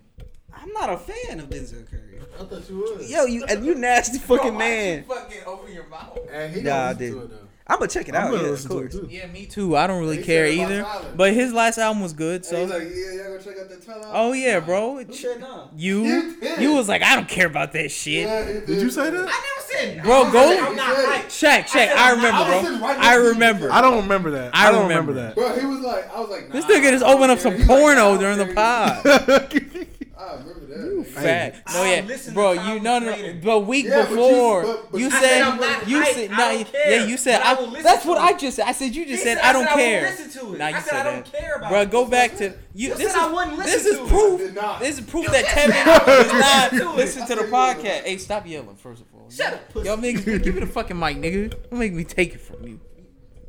Speaker 5: I'm not a fan of Denzel Curry.
Speaker 3: I thought you was.
Speaker 5: Yo, you and you nasty
Speaker 8: Bro,
Speaker 5: fucking
Speaker 8: why'd
Speaker 5: man.
Speaker 8: You fucking open your mouth.
Speaker 3: And he
Speaker 5: Nah, I
Speaker 3: nah,
Speaker 5: didn't.
Speaker 3: to it, though.
Speaker 5: I'm gonna check it
Speaker 1: I'm
Speaker 5: out.
Speaker 1: gonna
Speaker 5: Yeah, of
Speaker 1: listen to it
Speaker 5: course.
Speaker 1: too.
Speaker 2: Yeah, me too. I don't really
Speaker 3: They
Speaker 2: care
Speaker 3: said about
Speaker 2: either.
Speaker 3: Tyler.
Speaker 2: But his last album was good.
Speaker 3: So,
Speaker 2: So
Speaker 3: he's like, yeah, y'all gonna check out that Tyler?
Speaker 2: oh yeah, bro.
Speaker 7: Who said no?
Speaker 2: You
Speaker 3: You did.
Speaker 2: you was like I don't care about that shit.
Speaker 3: Yeah, he
Speaker 1: Did you say that?
Speaker 7: I never sitting.
Speaker 2: Bro,
Speaker 7: I
Speaker 2: go-
Speaker 7: said I'm not hyped.
Speaker 2: Shaq, Shaq,
Speaker 7: said
Speaker 2: I
Speaker 7: I'm not-
Speaker 2: remember,
Speaker 7: I was
Speaker 2: bro.
Speaker 3: sitting right
Speaker 2: I
Speaker 3: next to you.
Speaker 2: remember.
Speaker 1: I don't remember that.
Speaker 2: I
Speaker 1: I, don't remember,
Speaker 2: remember.
Speaker 3: Bro, he was like, I was like, nah,
Speaker 2: This nigga just
Speaker 3: I don't
Speaker 2: opened up
Speaker 3: care.
Speaker 2: some
Speaker 3: He's like,
Speaker 2: porno
Speaker 3: I don't
Speaker 2: during the
Speaker 3: care.
Speaker 2: pod.
Speaker 1: that.
Speaker 3: I remember that. You
Speaker 2: Fact. No,
Speaker 7: I'll
Speaker 2: yeah,
Speaker 7: listen to
Speaker 2: bro.
Speaker 7: five
Speaker 2: You
Speaker 7: weeks
Speaker 2: no, no,
Speaker 7: later.
Speaker 2: no. But week
Speaker 3: Yeah, but you-
Speaker 2: before, you,
Speaker 3: but- but- I
Speaker 2: said,
Speaker 3: said
Speaker 7: I'm not
Speaker 2: you
Speaker 7: hyped.
Speaker 2: said, nah,
Speaker 7: I don't
Speaker 2: yeah,
Speaker 7: care,
Speaker 2: you said,
Speaker 7: but I
Speaker 2: I,
Speaker 7: will listen
Speaker 2: that's
Speaker 7: to
Speaker 2: what
Speaker 7: it.
Speaker 2: I just said. I said you just
Speaker 7: He
Speaker 2: said,
Speaker 7: said,
Speaker 2: I
Speaker 7: I
Speaker 2: don't
Speaker 7: said I won't
Speaker 2: care.
Speaker 7: listen to it.
Speaker 2: Nah, you
Speaker 7: I said I don't
Speaker 2: that.
Speaker 7: care about
Speaker 2: Bro,
Speaker 7: it.
Speaker 2: go
Speaker 7: That's
Speaker 2: back
Speaker 7: what I
Speaker 2: to
Speaker 7: said.
Speaker 2: you.
Speaker 7: You
Speaker 2: this
Speaker 7: said
Speaker 2: is
Speaker 7: I wouldn't
Speaker 2: this
Speaker 7: listen
Speaker 2: is
Speaker 7: to it.
Speaker 2: proof.
Speaker 3: I did not.
Speaker 2: This is proof that Tevin does
Speaker 7: listen to
Speaker 2: not
Speaker 7: it.
Speaker 2: listen to the
Speaker 3: I said you
Speaker 2: podcast. Hey, stop yelling first of all.
Speaker 7: Shut up, pussy.
Speaker 2: Y'all niggas, give me the fucking mic, nigga. Don't make me take it from you.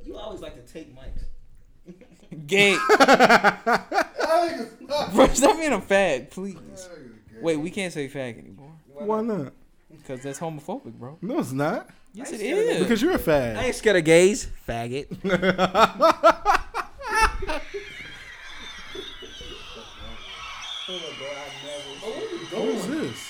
Speaker 7: You always like to take mics.
Speaker 2: Gay. Bro, stop being a fag, please. Wait, we can't say fag anymore
Speaker 1: Why not?
Speaker 2: because that's homophobic, bro.
Speaker 1: No, it's not.
Speaker 2: Yes, it
Speaker 7: scared of
Speaker 2: is.
Speaker 1: Because you're a
Speaker 5: I
Speaker 1: fag.
Speaker 5: ain't scared of gays, faggot.
Speaker 1: What is this?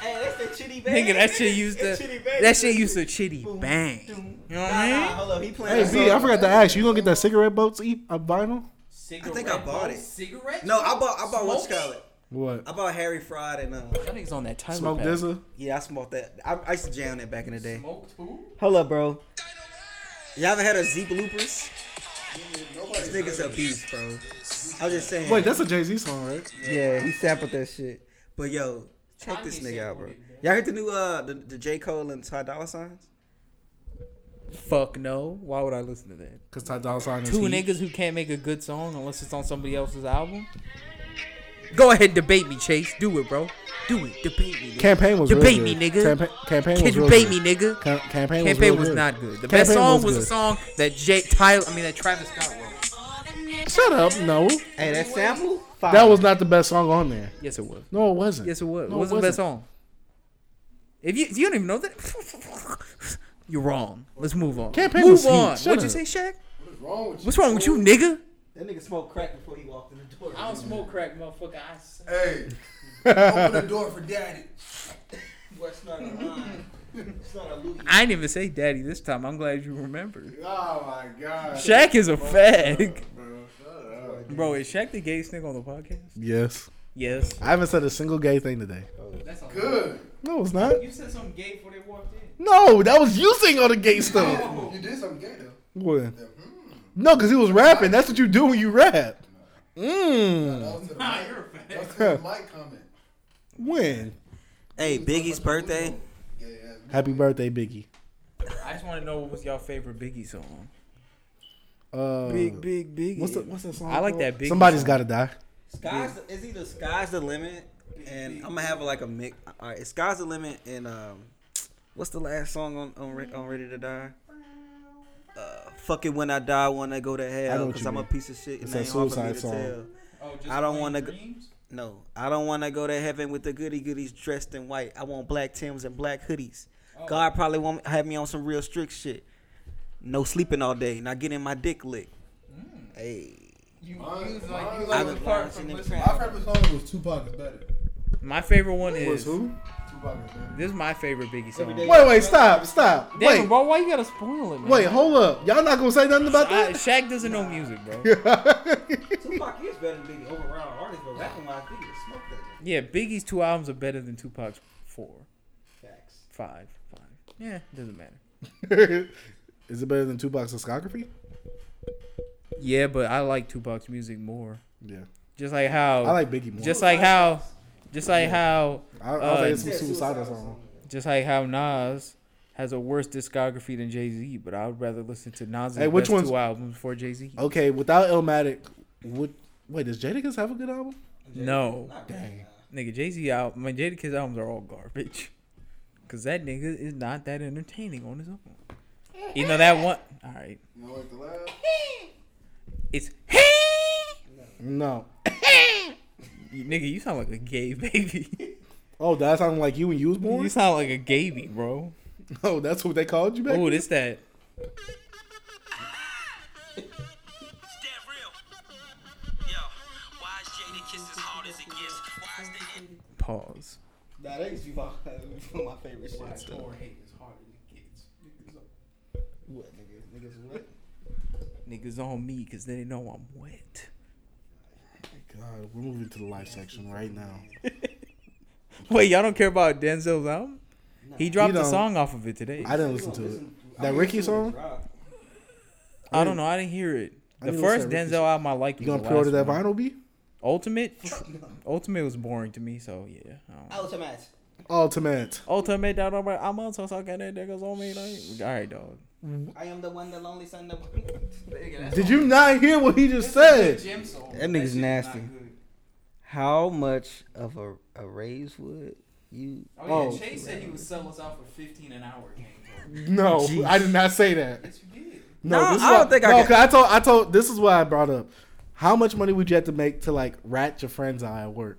Speaker 7: Hey, that's the chitty bang.
Speaker 2: Nigga, that shit used to
Speaker 7: It's chitty bang.
Speaker 2: that shit used to chitty bang. You
Speaker 7: Doom.
Speaker 2: know what
Speaker 7: Nah, nah,
Speaker 2: I mean?
Speaker 7: hold up. He playing.
Speaker 1: Hey
Speaker 7: that
Speaker 1: B, I
Speaker 7: song.
Speaker 1: forgot to ask. You gonna get that cigarette boats eat a vinyl?
Speaker 8: Cigarette
Speaker 5: think I bought it.
Speaker 8: Cigarette?
Speaker 5: No, I bought I bought one Scarlet.
Speaker 1: What?
Speaker 5: I bought Harry Fraud and um,
Speaker 2: That nigga's on that Tyler
Speaker 1: Smoke
Speaker 2: pack.
Speaker 1: Dizza?
Speaker 5: yeah, I smoked that. I, I used to jam that back in the day.
Speaker 8: Smoked who?
Speaker 5: Hold up, bro. Y'all ever had a Z bloopers? This
Speaker 3: Nobody
Speaker 5: nigga's a beast, bro. I was just saying.
Speaker 1: Wait, that's a Jay Z song, right?
Speaker 5: yeah, he sampled that shit. But yo, check this nigga out, bro. Y'all heard the new uh the, the J Cole and Ty Dolla Signs?
Speaker 2: Fuck no. Why would I listen to that?
Speaker 1: Because Ty Dolla Sign is
Speaker 2: Two
Speaker 1: heat.
Speaker 2: niggas who can't make a good song unless it's on somebody else's album. Go ahead, debate me, Chase. Do it, bro. Do it. Debate me. Nigga.
Speaker 1: Campaign was
Speaker 2: debate
Speaker 1: real good.
Speaker 2: me, nigga.
Speaker 1: Campa- campaign
Speaker 2: Can
Speaker 1: was real
Speaker 2: debate
Speaker 1: good.
Speaker 2: me, nigga.
Speaker 1: Cam- campaign, was,
Speaker 2: Campaign
Speaker 1: real
Speaker 2: was
Speaker 1: good.
Speaker 2: not good. The
Speaker 1: Campaign
Speaker 2: best song was, a
Speaker 1: good.
Speaker 2: song that Jay Tyler, I mean that Travis Scott wrote.
Speaker 1: Shut up, no.
Speaker 5: Hey, that sample? Fire.
Speaker 1: That was not the best song on there.
Speaker 2: Yes, it was.
Speaker 1: No, it wasn't.
Speaker 2: Yes, it was.
Speaker 1: No,
Speaker 2: it wasn't the best song. If you if you don't even know that, you're wrong. Let's move on.
Speaker 1: Campaign
Speaker 2: move
Speaker 1: was heat.
Speaker 2: on.
Speaker 1: Shut
Speaker 2: What'd
Speaker 1: up.
Speaker 2: you say, Shaq?
Speaker 3: What's wrong with you?
Speaker 2: What's wrong with you, nigga?
Speaker 7: That nigga smoked crack before he walked in the door.
Speaker 8: I don't smoke crack, motherfucker. I s-
Speaker 3: Hey, open the door for daddy.
Speaker 7: Boy, it's not a line. It's not a Louis.
Speaker 2: I didn't even say daddy this time. I'm glad you remembered.
Speaker 3: Oh my god.
Speaker 2: Shaq is a fag,
Speaker 3: Bro, shut up.
Speaker 2: bro. Is Shaq the gayest nigga on the podcast?
Speaker 1: Yes.
Speaker 2: Yes.
Speaker 1: I haven't said a single gay thing today.
Speaker 8: That's on
Speaker 3: Good.
Speaker 1: No, it's not.
Speaker 8: You said something gay before they walked in.
Speaker 1: No, that was you saying all the gay stuff.
Speaker 3: You did something gay though.
Speaker 1: What? No, because he was rapping. That's what you do when you rap.
Speaker 3: That
Speaker 1: Mmm.
Speaker 3: was to the
Speaker 8: Nah,
Speaker 3: mic.
Speaker 8: you're a
Speaker 3: That
Speaker 8: fag.
Speaker 3: was to the mic comment.
Speaker 1: When?
Speaker 5: Hey, Biggie's birthday.
Speaker 3: Gay ass.
Speaker 1: Happy birthday, Biggie.
Speaker 2: I just want to know what was y'all favorite Biggie song.
Speaker 1: Uh,
Speaker 2: big, big.
Speaker 1: What's the What's that song?
Speaker 2: I like
Speaker 1: called?
Speaker 2: that Biggie
Speaker 1: Somebody's
Speaker 2: song.
Speaker 1: got to die.
Speaker 5: Sky's the, is either sky's the limit, and I'm gonna have like a mix. All right, sky's the limit, and um, what's the last song on on, Re- on Ready to Die? Uh, fuck it when I die, wanna go to
Speaker 1: I know
Speaker 5: hell
Speaker 1: what
Speaker 5: because
Speaker 1: you
Speaker 5: I'm a
Speaker 1: mean.
Speaker 5: piece of shit.
Speaker 1: It's
Speaker 5: and
Speaker 1: that
Speaker 5: ain't hard for me
Speaker 1: suicide
Speaker 5: to
Speaker 1: song.
Speaker 5: tell.
Speaker 8: Oh, just
Speaker 5: I don't
Speaker 8: plain
Speaker 5: wanna go-
Speaker 8: dreams?
Speaker 5: No, I don't wanna go to heaven with the goody goodies dressed in white. I want black tims and black hoodies.
Speaker 8: Oh.
Speaker 5: God probably won't have me on some real strict shit. No sleeping all day, not getting my dick licked. Hey,
Speaker 8: You, you
Speaker 3: Mine-
Speaker 8: was like,
Speaker 3: mine
Speaker 8: you Mm. like
Speaker 3: was like-
Speaker 8: the part from
Speaker 5: Mine-
Speaker 8: listening.
Speaker 3: My favorite song was Tupac is better.
Speaker 2: My favorite one is.
Speaker 3: Tupac is better.
Speaker 2: This is my favorite Biggie song.
Speaker 7: day-
Speaker 1: Wait, wait, stop, stop.
Speaker 2: Damn,
Speaker 1: Wait,
Speaker 2: bro, why you gotta spoil it, man?
Speaker 1: wait, hold up. Y'all not gonna say nothing about
Speaker 2: I,
Speaker 1: that?
Speaker 2: Shaq doesn't know music, bro.
Speaker 7: Tupac is better than Biggie overall artist, but rapping wise, Biggie just smoked that.
Speaker 2: Yeah, Biggie's two albums are better than Tupac's four,
Speaker 7: Facts.
Speaker 2: five, five. Yeah, doesn't matter.
Speaker 1: Is it better than Tupac's discography?
Speaker 2: Yeah, but I like Tupac's music more.
Speaker 1: Yeah,
Speaker 2: Just like how,
Speaker 1: I like Biggie more.
Speaker 2: just like how, just like how,
Speaker 1: I, I
Speaker 2: uh,
Speaker 1: was like, it's some
Speaker 7: Yeah,
Speaker 1: suicidal
Speaker 7: Suicidal
Speaker 1: song.
Speaker 2: just like how Nas has a worse discography than Jay Z. But I would rather listen to Nas'
Speaker 1: Hey, which
Speaker 2: best
Speaker 1: one's- Oh,
Speaker 2: two albums before Jay Z.
Speaker 1: Okay, without Illmatic, would wait? Does Jadakiss have a good album?
Speaker 2: No,
Speaker 7: Not really,
Speaker 1: Dang.
Speaker 7: nah.
Speaker 2: nigga, Jay Z album, my Jadakiss albums are all garbage. Cause that nigga is not that entertaining on his own. You know that one. All right,
Speaker 3: You know what the last?
Speaker 2: it's hey.
Speaker 1: No.
Speaker 2: You, nigga, you sound like a gay baby.
Speaker 1: Oh, that sounded like you when you was
Speaker 2: you
Speaker 1: born.
Speaker 2: sound like a gaby, bro.
Speaker 1: Oh, that's what they called you back.
Speaker 2: Oh, this that. Pause.
Speaker 7: Nah, that is Tupac. One of my favorite shit.
Speaker 8: Like, Thor hate is harder than kids. Niggas are-
Speaker 7: What niggas? Niggas what?
Speaker 2: Niggas on me because they know I'm wet.
Speaker 1: God, we're moving to the live section right now.
Speaker 2: Wait, y'all don't care about Denzel's album? He dropped
Speaker 1: He
Speaker 2: a
Speaker 1: don't.
Speaker 2: song off of it today.
Speaker 1: I
Speaker 2: I,
Speaker 1: didn't listen to it. That Ricky song?
Speaker 2: don't know. I didn't hear it.
Speaker 1: I
Speaker 2: The
Speaker 1: didn't listen
Speaker 2: first
Speaker 1: to Ricky's-
Speaker 2: Denzel album I liked
Speaker 1: You
Speaker 2: was
Speaker 1: gonna
Speaker 2: the
Speaker 1: pre-order
Speaker 2: last
Speaker 1: that
Speaker 2: one.
Speaker 1: vinyl, B?
Speaker 2: Ultimate, Ultimate was boring to me. So yeah, I don't know.
Speaker 7: Ultimate.
Speaker 1: Ultimate.
Speaker 2: Ultimate, dog, I'm like, I'm also sucking that niggas on me. Like, all right, dog.
Speaker 7: I am the one, the lonely son of.
Speaker 1: Did you not hear what he just said?
Speaker 8: Gym soul.
Speaker 5: That nigga's
Speaker 8: shit is
Speaker 5: nasty.
Speaker 8: not good.
Speaker 5: How much of a, a raise would you?
Speaker 8: Oh,
Speaker 1: Oh.
Speaker 8: yeah, Chase said he would sell us out for 15 an hour. Gang.
Speaker 1: No, I did not say that.
Speaker 8: Yes, you did.
Speaker 1: No,
Speaker 5: No,
Speaker 1: this is
Speaker 5: I don't
Speaker 1: why-
Speaker 5: think I
Speaker 1: no,
Speaker 5: can-
Speaker 1: 'cause I told I told this is why I brought up. How much money would you have to make to like rat your friends out at work?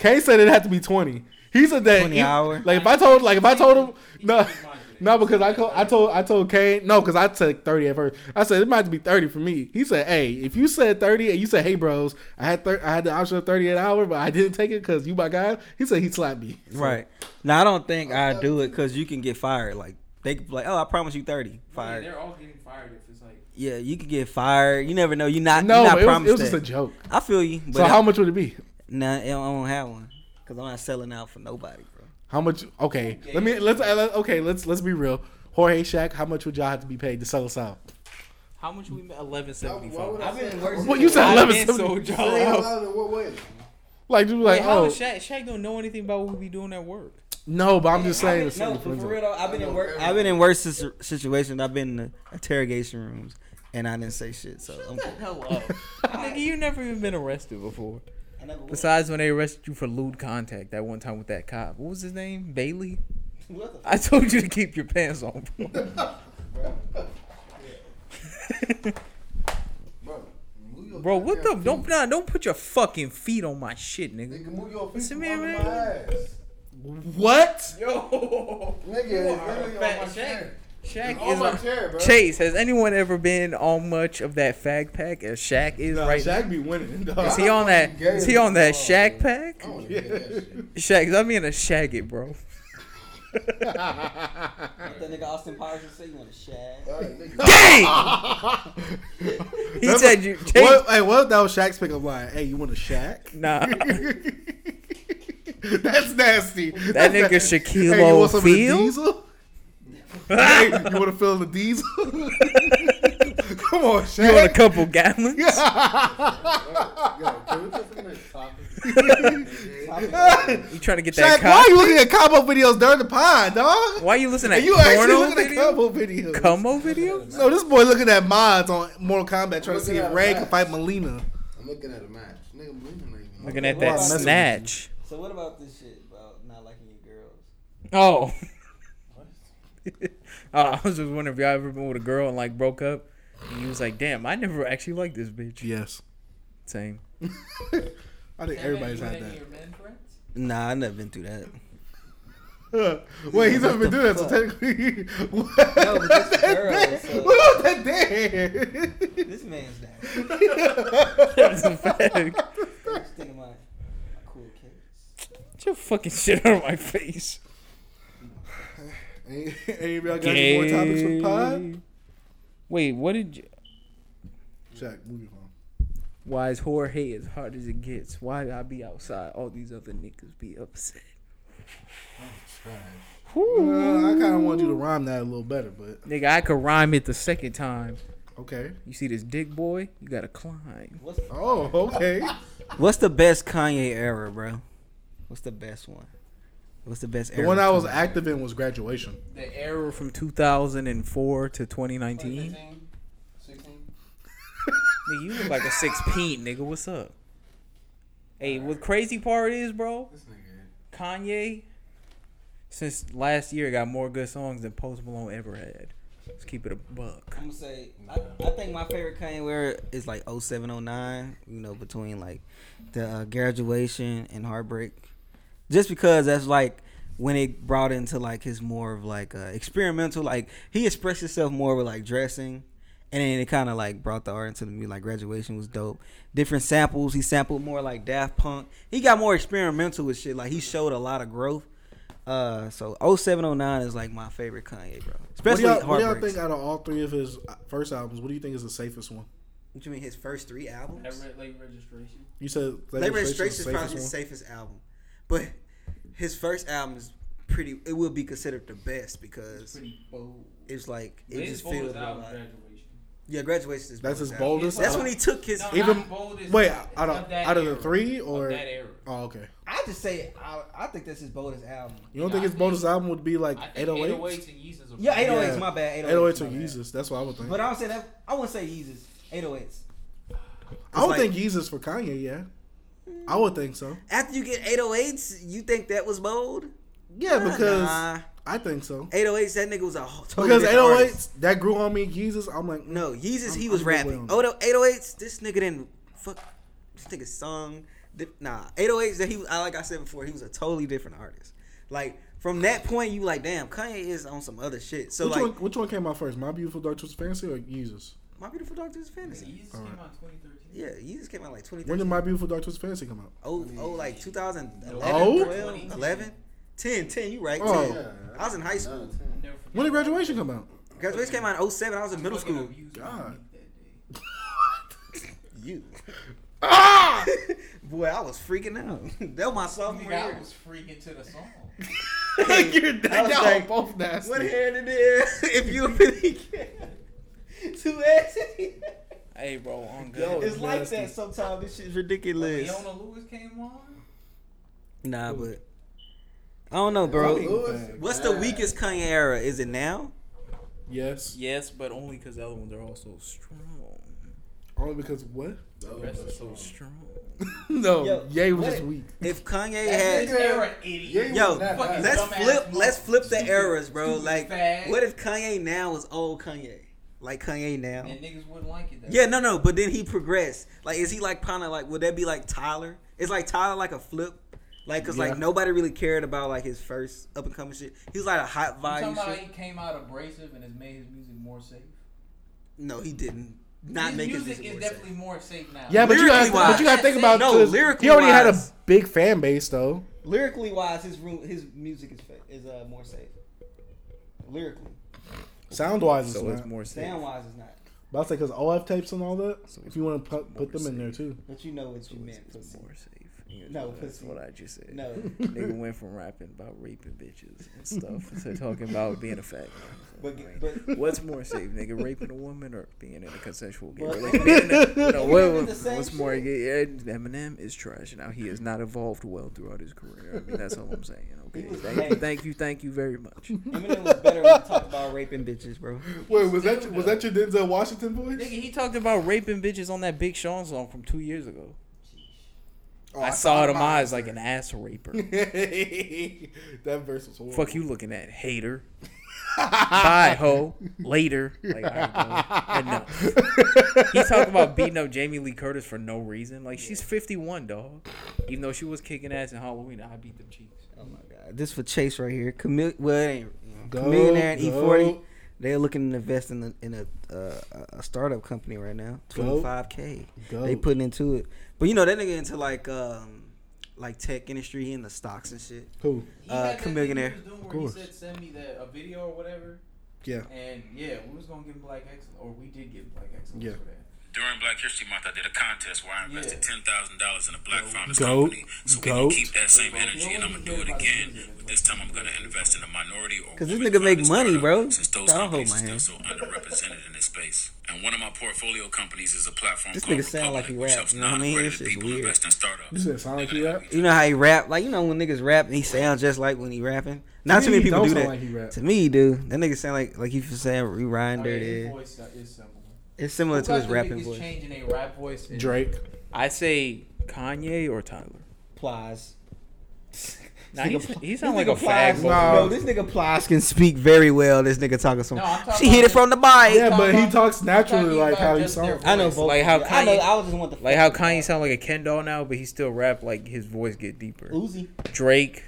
Speaker 1: Kay said it had to be twenty. He said that
Speaker 5: 20
Speaker 1: if-
Speaker 5: hour?
Speaker 1: Like if I told like if I told him
Speaker 8: He
Speaker 1: no.
Speaker 8: reminded me.
Speaker 1: No, because I, co- I told I told Kane no, because I took thirty at first. I said it might be thirty for me. He said, "Hey, if you said thirty and you said, hey, bros, I had thir- I had the option of thirty an hour, but I didn't take it because you my guy." He said he slapped me.
Speaker 5: Right. Now I don't think I do it because you can get fired. Like they could be like, oh, I promise you thirty
Speaker 8: Fire.
Speaker 5: fired.
Speaker 8: They're all getting fired if it's like.
Speaker 5: Yeah, you could get fired. You never know. You not
Speaker 1: No,
Speaker 5: you not
Speaker 1: but it was,
Speaker 5: promised
Speaker 1: it was just a
Speaker 5: that.
Speaker 1: joke.
Speaker 5: I feel you, but
Speaker 1: So
Speaker 5: I,
Speaker 1: how much would it be?
Speaker 5: nah, I don't- I don't have one because I'm not selling out for nobody, bro.
Speaker 1: How much? Okay, let me let's uh, let- okay let's let's be real. Jorge Shaq, how much would y'all have to be paid to sell us out?
Speaker 2: How much we met? Eleven
Speaker 3: Why would
Speaker 2: seventy-five.
Speaker 3: I
Speaker 7: I've been
Speaker 3: say-
Speaker 7: worse.
Speaker 1: What you said?
Speaker 2: I
Speaker 1: Eleven
Speaker 2: been
Speaker 1: seventy.
Speaker 2: sold y'all
Speaker 3: Say it out
Speaker 2: out.
Speaker 3: loud in what way?
Speaker 1: Like you like
Speaker 2: Wait, how
Speaker 1: oh
Speaker 2: is Shaq? Shaq don't know anything about what we doing at work.
Speaker 1: no, but I'm just saying.
Speaker 5: No,
Speaker 1: it's something
Speaker 5: but for
Speaker 1: different.
Speaker 5: real though, I've been in
Speaker 3: know
Speaker 5: work.
Speaker 3: everything.
Speaker 5: I've been in worse situ- situations. I've been in the interrogation rooms, and I didn't say shit. So I'm cool.
Speaker 8: Hell up.
Speaker 2: Nigga, you never even been arrested before.
Speaker 7: I never was.
Speaker 2: Besides when they arrested you for lewd contact that one time with that cop. What was his name? Bailey?
Speaker 7: What the
Speaker 2: I told you to keep your pants on. bro.
Speaker 3: Bro, move your
Speaker 2: Bro, what the?
Speaker 3: goddamn
Speaker 2: Don't
Speaker 3: feet.
Speaker 2: nah, don't put your fucking feet on my shit, nigga.
Speaker 3: Nigga, move your feet
Speaker 2: Listen
Speaker 3: from
Speaker 2: here,
Speaker 3: under
Speaker 2: man.
Speaker 3: my ass.
Speaker 1: What?
Speaker 2: Yo,
Speaker 3: Nigga,
Speaker 2: You
Speaker 3: it's
Speaker 2: are a
Speaker 3: literally on
Speaker 2: fat
Speaker 3: my
Speaker 2: Shaq.
Speaker 3: chair. It's
Speaker 2: Shaq
Speaker 3: on
Speaker 2: is
Speaker 3: my
Speaker 2: a,
Speaker 3: chair, bro.
Speaker 2: Chase. Has anyone ever been on much of that fag pack as Shaq is
Speaker 1: Nah,
Speaker 2: right
Speaker 1: Shaq be winning. dog.
Speaker 2: now? Is he on that? Is he on that Shaq
Speaker 3: I
Speaker 2: pack?
Speaker 3: don't wanna hear that shit.
Speaker 2: Shaq, I'm being a shag it, bro.
Speaker 7: fuck? That nigga Austin Powers would say you want to shag.
Speaker 3: All right, nigga.
Speaker 2: Dang! he
Speaker 1: That's
Speaker 2: said you. Chase,
Speaker 1: What, hey, what if that was Shaq's pickup line? Hey, you want a Shaq?
Speaker 2: Nah,
Speaker 1: That's nasty.
Speaker 2: that nigga Shaquille O'Neal.
Speaker 1: diesel? hey, you want to fill the diesel? Come on,
Speaker 2: You want a
Speaker 1: Shaq.
Speaker 2: couple gallons?
Speaker 3: Yo, can we put some next topic?
Speaker 2: You trying to get that
Speaker 1: Shaq, why are
Speaker 2: cop?
Speaker 1: you looking at combo videos during the pod, dog?
Speaker 2: Why you listening
Speaker 1: Are
Speaker 2: to
Speaker 1: you
Speaker 2: that
Speaker 1: actually
Speaker 2: porno
Speaker 1: looking at
Speaker 2: video?
Speaker 1: combo videos?
Speaker 2: Como video?
Speaker 1: No, this boy looking at mods on Mortal Kombat trying to see
Speaker 3: Looking
Speaker 1: if
Speaker 3: at
Speaker 1: Ray can
Speaker 3: mods.
Speaker 1: fight Melina.
Speaker 3: I'm looking at a match. Nigga, Melina not even.
Speaker 2: Looking at
Speaker 7: What
Speaker 2: that
Speaker 7: about-
Speaker 2: snatch.
Speaker 7: So what about this shit about not liking your girls?
Speaker 2: Oh. Uh, I was just wondering if y'all ever been with a girl and like broke up. And you was like, damn, I never actually liked this bitch.
Speaker 1: Yes.
Speaker 2: Same.
Speaker 1: I think everybody's had that.
Speaker 5: Nah, I never been through that.
Speaker 1: Wait, he's never been doing that, so technically. what?
Speaker 7: No, but this girl, so-
Speaker 1: What about that dad?
Speaker 7: This man's that.
Speaker 2: That's a fact.
Speaker 7: First thing of my, my cool kids.
Speaker 2: Get your fucking shit out of my face.
Speaker 1: Ain't ain't y'all got any more topics for the pod?
Speaker 2: Gay. Wait, what did you.
Speaker 1: Shaq, move your phone.
Speaker 2: Why is Jorge as hard as it gets? Why I be outside? All these other niggas be upset.
Speaker 1: Well, uh, I kind of want you to rhyme that a little better, but
Speaker 2: Nigga, I could rhyme it the second time.
Speaker 1: okay.
Speaker 2: You see this dick boy? You gotta climb.
Speaker 7: What's the
Speaker 1: Oh, okay.
Speaker 5: What's the best Kanye era, bro? What's the best one? What's the best
Speaker 1: The
Speaker 5: era?
Speaker 1: one I was
Speaker 5: Kanye?
Speaker 1: active in was graduation.
Speaker 2: The era from 2004 to 2019.
Speaker 3: 15, 16.
Speaker 2: Nigga, you look like a sixteen, nigga. What's up? Hey, what crazy part is, bro?
Speaker 3: This nigga.
Speaker 2: Kanye, since last year, got more good songs than Post Malone ever had. Let's keep it a buck.
Speaker 7: I'm gonna say
Speaker 3: Nah.
Speaker 7: I,
Speaker 5: I think my favorite Kanye era is like 0709, you know, between like the uh, graduation and heartbreak. Just because that's like when it brought into like his more of like uh, experimental, like he expressed himself more with like dressing. And then it kind of like brought the art into the music. Like graduation was dope. Different samples. He sampled more like Daft Punk. He got more experimental with shit. Like he showed a lot of growth. Uh, so 0709 is like my favorite Kanye, bro.
Speaker 1: What do,
Speaker 5: Especially
Speaker 1: y'all, what do y'all
Speaker 5: heartbreak.
Speaker 1: uh, think out of all three of his first albums? What do you think is the safest one?
Speaker 5: What you mean his first three albums?
Speaker 8: That re- late registration.
Speaker 1: You said
Speaker 5: Late Registration is
Speaker 1: the
Speaker 5: probably
Speaker 1: safest
Speaker 5: his
Speaker 1: one?
Speaker 5: safest album, but his first album is pretty. It will be considered the best
Speaker 8: It's
Speaker 5: because
Speaker 8: pretty bold.
Speaker 5: it's like it
Speaker 8: Vince
Speaker 5: just
Speaker 8: Vaughn
Speaker 5: feels
Speaker 8: is
Speaker 5: a
Speaker 8: out of
Speaker 5: lot.
Speaker 8: graduation.
Speaker 5: Yeah, graduation is
Speaker 1: That's his
Speaker 5: album.
Speaker 1: boldest.
Speaker 5: That's
Speaker 1: album?
Speaker 5: when he took his.
Speaker 8: No,
Speaker 1: Even-
Speaker 8: not bold as-
Speaker 1: Wait, out of,
Speaker 8: that
Speaker 1: out of the
Speaker 8: era.
Speaker 1: three
Speaker 8: Of
Speaker 1: or
Speaker 8: that era.
Speaker 1: oh okay.
Speaker 7: I just say I, I think that's his boldest album.
Speaker 1: You don't
Speaker 8: Nah,
Speaker 1: think his
Speaker 8: I
Speaker 1: bonus album would be like
Speaker 8: I
Speaker 2: oh
Speaker 8: think
Speaker 1: 808?
Speaker 8: 808s and Yeezys. Are
Speaker 7: Yeah, 808s,
Speaker 1: Yeah.
Speaker 7: my bad.
Speaker 1: 808
Speaker 7: 808s,
Speaker 1: or
Speaker 7: my bad.
Speaker 1: oh Yeezus. That's what I would think.
Speaker 7: But I don't say that. I wouldn't say Yeezus. 808s.
Speaker 1: I would
Speaker 5: like-
Speaker 1: think Yeezus for Kanye. Yeah, I would think so.
Speaker 5: After you get 808s, you think that was bold?
Speaker 1: Yeah, because
Speaker 5: nah,
Speaker 1: I think so.
Speaker 5: 808s, that nigga was a whole totally
Speaker 1: Because
Speaker 7: oh
Speaker 5: different
Speaker 1: 808
Speaker 5: artist.
Speaker 1: that grew on me. Yeezus, I'm like,
Speaker 5: No, Yeezus, he
Speaker 1: I'm-
Speaker 5: was
Speaker 1: I'm good with
Speaker 5: rapping.
Speaker 1: him.
Speaker 5: Oh, no, 808s, this nigga didn't fuck. This nigga sung. Di- Nah, 808s that he was. I- Like I said before, he was a totally different artist. Like from that point, you like, damn, Kanye is on some other shit. So
Speaker 1: which
Speaker 5: like,
Speaker 1: one? Which one came out first? My Beautiful Dark Twisted Fantasy or Yeezus?
Speaker 5: my beautiful dark is fantasy.
Speaker 8: Yeezys
Speaker 1: Alright.
Speaker 8: came out in 2013.
Speaker 5: Yeah, Yeezus came out like
Speaker 1: When did
Speaker 5: 2013.
Speaker 1: My Beautiful Dark Twisted Fantasy come out?
Speaker 5: Oh, oh, like 2011,
Speaker 1: No.
Speaker 5: 12, 11, 10, 10. You right?
Speaker 1: Oh.
Speaker 5: 10. I was in high school.
Speaker 8: Never forget
Speaker 1: When did
Speaker 8: that.
Speaker 1: graduation come out?
Speaker 5: Graduation came out in 07. I was in middle
Speaker 8: Fucking
Speaker 5: school.
Speaker 8: abused my
Speaker 1: God.
Speaker 8: meat that day.
Speaker 5: You. Boy, I was freaking out. that was my sophomore
Speaker 8: Nigga,
Speaker 5: year.
Speaker 8: I was freaking to the song.
Speaker 5: I was like,
Speaker 1: both nasty.
Speaker 5: what hand it is if you really care. Two asses.
Speaker 8: hey, bro, on
Speaker 1: Yo,
Speaker 7: It's like
Speaker 1: nasty.
Speaker 7: that sometimes. This shit.
Speaker 5: It's ridiculous.
Speaker 8: Leona Lewis came on.
Speaker 5: Nah, but I don't know, bro.
Speaker 1: Bang.
Speaker 5: What's the weakest Kanye era? Is it now?
Speaker 1: Yes.
Speaker 2: Yes, but only because the other ones are also strong.
Speaker 1: Only because what?
Speaker 8: The rest is so strong.
Speaker 1: no,
Speaker 7: Yo,
Speaker 1: Ye was
Speaker 7: what?
Speaker 1: just weak.
Speaker 5: If Kanye
Speaker 8: This
Speaker 5: had
Speaker 8: era, idiot.
Speaker 5: Yo,
Speaker 8: Fucking
Speaker 5: let's
Speaker 8: dumbass
Speaker 5: flip
Speaker 8: motherfucker.
Speaker 5: let's flip the
Speaker 8: Stupid-
Speaker 5: eras, bro.
Speaker 8: stupid
Speaker 5: Like
Speaker 8: fag.
Speaker 5: what if Kanye now is old Kanye? Like Kanye now.
Speaker 8: And niggas wouldn't like it. Though.
Speaker 5: Yeah, no, no, but then he progressed. Like, is he like kind of like? Would that be like Tyler? Is like Tyler like a flip? Like, cause
Speaker 1: Yeah.
Speaker 5: like nobody really cared about like his first up and coming shit. He was like a hot
Speaker 8: You talking
Speaker 5: volume
Speaker 8: about
Speaker 5: shit.
Speaker 8: he came out abrasive and has made his music more safe.
Speaker 5: No, he didn't. Not
Speaker 8: his
Speaker 5: make his
Speaker 8: music is
Speaker 5: music more
Speaker 8: definitely
Speaker 5: safe.
Speaker 8: more safe now.
Speaker 1: Yeah, but you
Speaker 5: Lyrically
Speaker 1: gotta, but you gotta
Speaker 8: wise.
Speaker 1: think about
Speaker 5: No,
Speaker 1: 'cause
Speaker 5: lyrically
Speaker 1: He already had a
Speaker 5: wise.
Speaker 1: big fan base though.
Speaker 7: Lyrically wise, his room, his music is fa- is uh, more safe. Lyrically,
Speaker 1: Sound wise,
Speaker 2: So
Speaker 1: it's
Speaker 2: it's
Speaker 1: not.
Speaker 2: more safe.
Speaker 7: sound wise is not.
Speaker 1: But I say because OF tapes and all that.
Speaker 2: So
Speaker 1: if you want to put, put
Speaker 2: more
Speaker 1: them in there too.
Speaker 7: But you know what
Speaker 2: So
Speaker 7: you
Speaker 2: it's,
Speaker 7: meant.
Speaker 2: it's
Speaker 7: pussy.
Speaker 2: more safe. You
Speaker 7: No,
Speaker 2: know, that's
Speaker 7: pussy.
Speaker 2: what I just said.
Speaker 7: No,
Speaker 2: Nigga went from rapping about raping bitches and stuff to talking about being a fag.
Speaker 7: but
Speaker 2: man.
Speaker 7: but
Speaker 2: What's more safe, nigga, raping a woman or being in a consensual gay
Speaker 7: But-
Speaker 2: relationship? Being in a- no, what-
Speaker 7: did the same
Speaker 2: what's more
Speaker 7: shit.
Speaker 2: gay? Eminem is trash. Now he has not evolved well throughout his career. I mean, that's all I'm saying. Okay,
Speaker 7: was
Speaker 2: thank you,
Speaker 7: lame.
Speaker 2: thank you, thank you very much.
Speaker 7: Eminem was better when he talked about raping bitches, bro.
Speaker 1: Wait, was that was that your Denzel Washington
Speaker 2: Nigga,
Speaker 1: voice?
Speaker 2: he talked about raping bitches on that Big Sean song from two years ago.
Speaker 1: Oh,
Speaker 2: I saw it in my eyes like an ass raper.
Speaker 1: that verse was horrible.
Speaker 2: Fuck you looking at hater. Bye ho. Later. Like I know. Enough. He talked about beating up Jamie Lee Curtis for no reason. Like she's fifty one, dog. Even though she was kicking ass in Halloween, I beat them cheeks.
Speaker 5: Oh my god, this for Chase right here. Chamel- well, it ain't. you know,
Speaker 1: Go,
Speaker 5: Chameleonaire and
Speaker 1: go.
Speaker 5: E40. They're looking to invest in a, in a uh, a- a startup company right now.
Speaker 1: Go.
Speaker 5: Twenty five k.
Speaker 1: Go.
Speaker 5: They putting into it, but you know that nigga into like um like tech industry he in the stocks and shit.
Speaker 1: Who?
Speaker 8: He
Speaker 5: Uh,
Speaker 8: had that thing he
Speaker 5: Chameleonaire.
Speaker 8: was doing
Speaker 1: Of
Speaker 8: where he
Speaker 1: course.
Speaker 8: said send me that a video or whatever,
Speaker 1: Yeah.
Speaker 8: and yeah, we was gonna get black excellence, or we did get black excellence
Speaker 1: Yeah.
Speaker 8: for that.
Speaker 9: During Black History Month, I did a contest where I invested ten thousand dollars in a Black Founders
Speaker 1: Goat.
Speaker 9: company. So we
Speaker 1: Goat.
Speaker 9: can keep that same energy, and I'm gonna do it again. But this time, I'm gonna invest in a minority or
Speaker 5: 'Cause this
Speaker 9: women
Speaker 5: nigga make
Speaker 9: founded
Speaker 5: money,
Speaker 9: startup,
Speaker 5: bro.
Speaker 9: Since those
Speaker 5: Don't hold
Speaker 9: companies
Speaker 5: my
Speaker 9: are
Speaker 5: hand.
Speaker 9: still so underrepresented in this space. And one of my portfolio companies is a platform
Speaker 5: This
Speaker 9: called
Speaker 5: nigga sound like
Speaker 9: Republic,
Speaker 5: he
Speaker 9: which
Speaker 5: rap,
Speaker 9: helps
Speaker 5: you know what I mean?
Speaker 9: non-accredited
Speaker 5: This shit's
Speaker 9: people
Speaker 5: weird.
Speaker 9: invest in startups.
Speaker 1: You said sound like he rap?
Speaker 5: You know how he rap? Like you know when niggas rap and he sounds just like when he rapping. Not
Speaker 1: me,
Speaker 5: too many
Speaker 1: he
Speaker 5: people
Speaker 1: don't
Speaker 5: do
Speaker 1: sound
Speaker 5: that.
Speaker 1: like he rap.
Speaker 5: to me, he do that nigga sound like like he was saying rewinder.
Speaker 8: Okay, his
Speaker 5: there.
Speaker 8: voice uh, is similar.
Speaker 5: It's similar
Speaker 8: Who
Speaker 5: to
Speaker 8: got
Speaker 5: his
Speaker 8: the
Speaker 5: rapping
Speaker 8: biggest
Speaker 5: voice.
Speaker 8: Change in a rap voice. in-
Speaker 1: Drake.
Speaker 2: I say Kanye or Tyler.
Speaker 7: Plies.
Speaker 2: Nah, he's, he sound
Speaker 7: This
Speaker 2: like
Speaker 7: nigga
Speaker 2: a
Speaker 7: Plies,
Speaker 2: fag.
Speaker 1: Nah.
Speaker 7: bro. This nigga
Speaker 5: I
Speaker 7: Plies
Speaker 5: can speak very well. This nigga talking some.
Speaker 8: No, I'm talking
Speaker 5: she hit it
Speaker 8: about-
Speaker 5: from the bike.
Speaker 1: Yeah, but he
Speaker 8: about-
Speaker 1: talks naturally
Speaker 8: talking
Speaker 1: like
Speaker 8: about
Speaker 1: how he
Speaker 8: just their
Speaker 1: sounds.
Speaker 8: voice.
Speaker 7: I know both.
Speaker 2: Like how
Speaker 7: of you. I know.
Speaker 2: Kanye-
Speaker 7: I was just want the
Speaker 2: Like how Kanye sound like a Ken doll now, but he still rap like his voice get deeper.
Speaker 7: Uzi.
Speaker 2: Drake,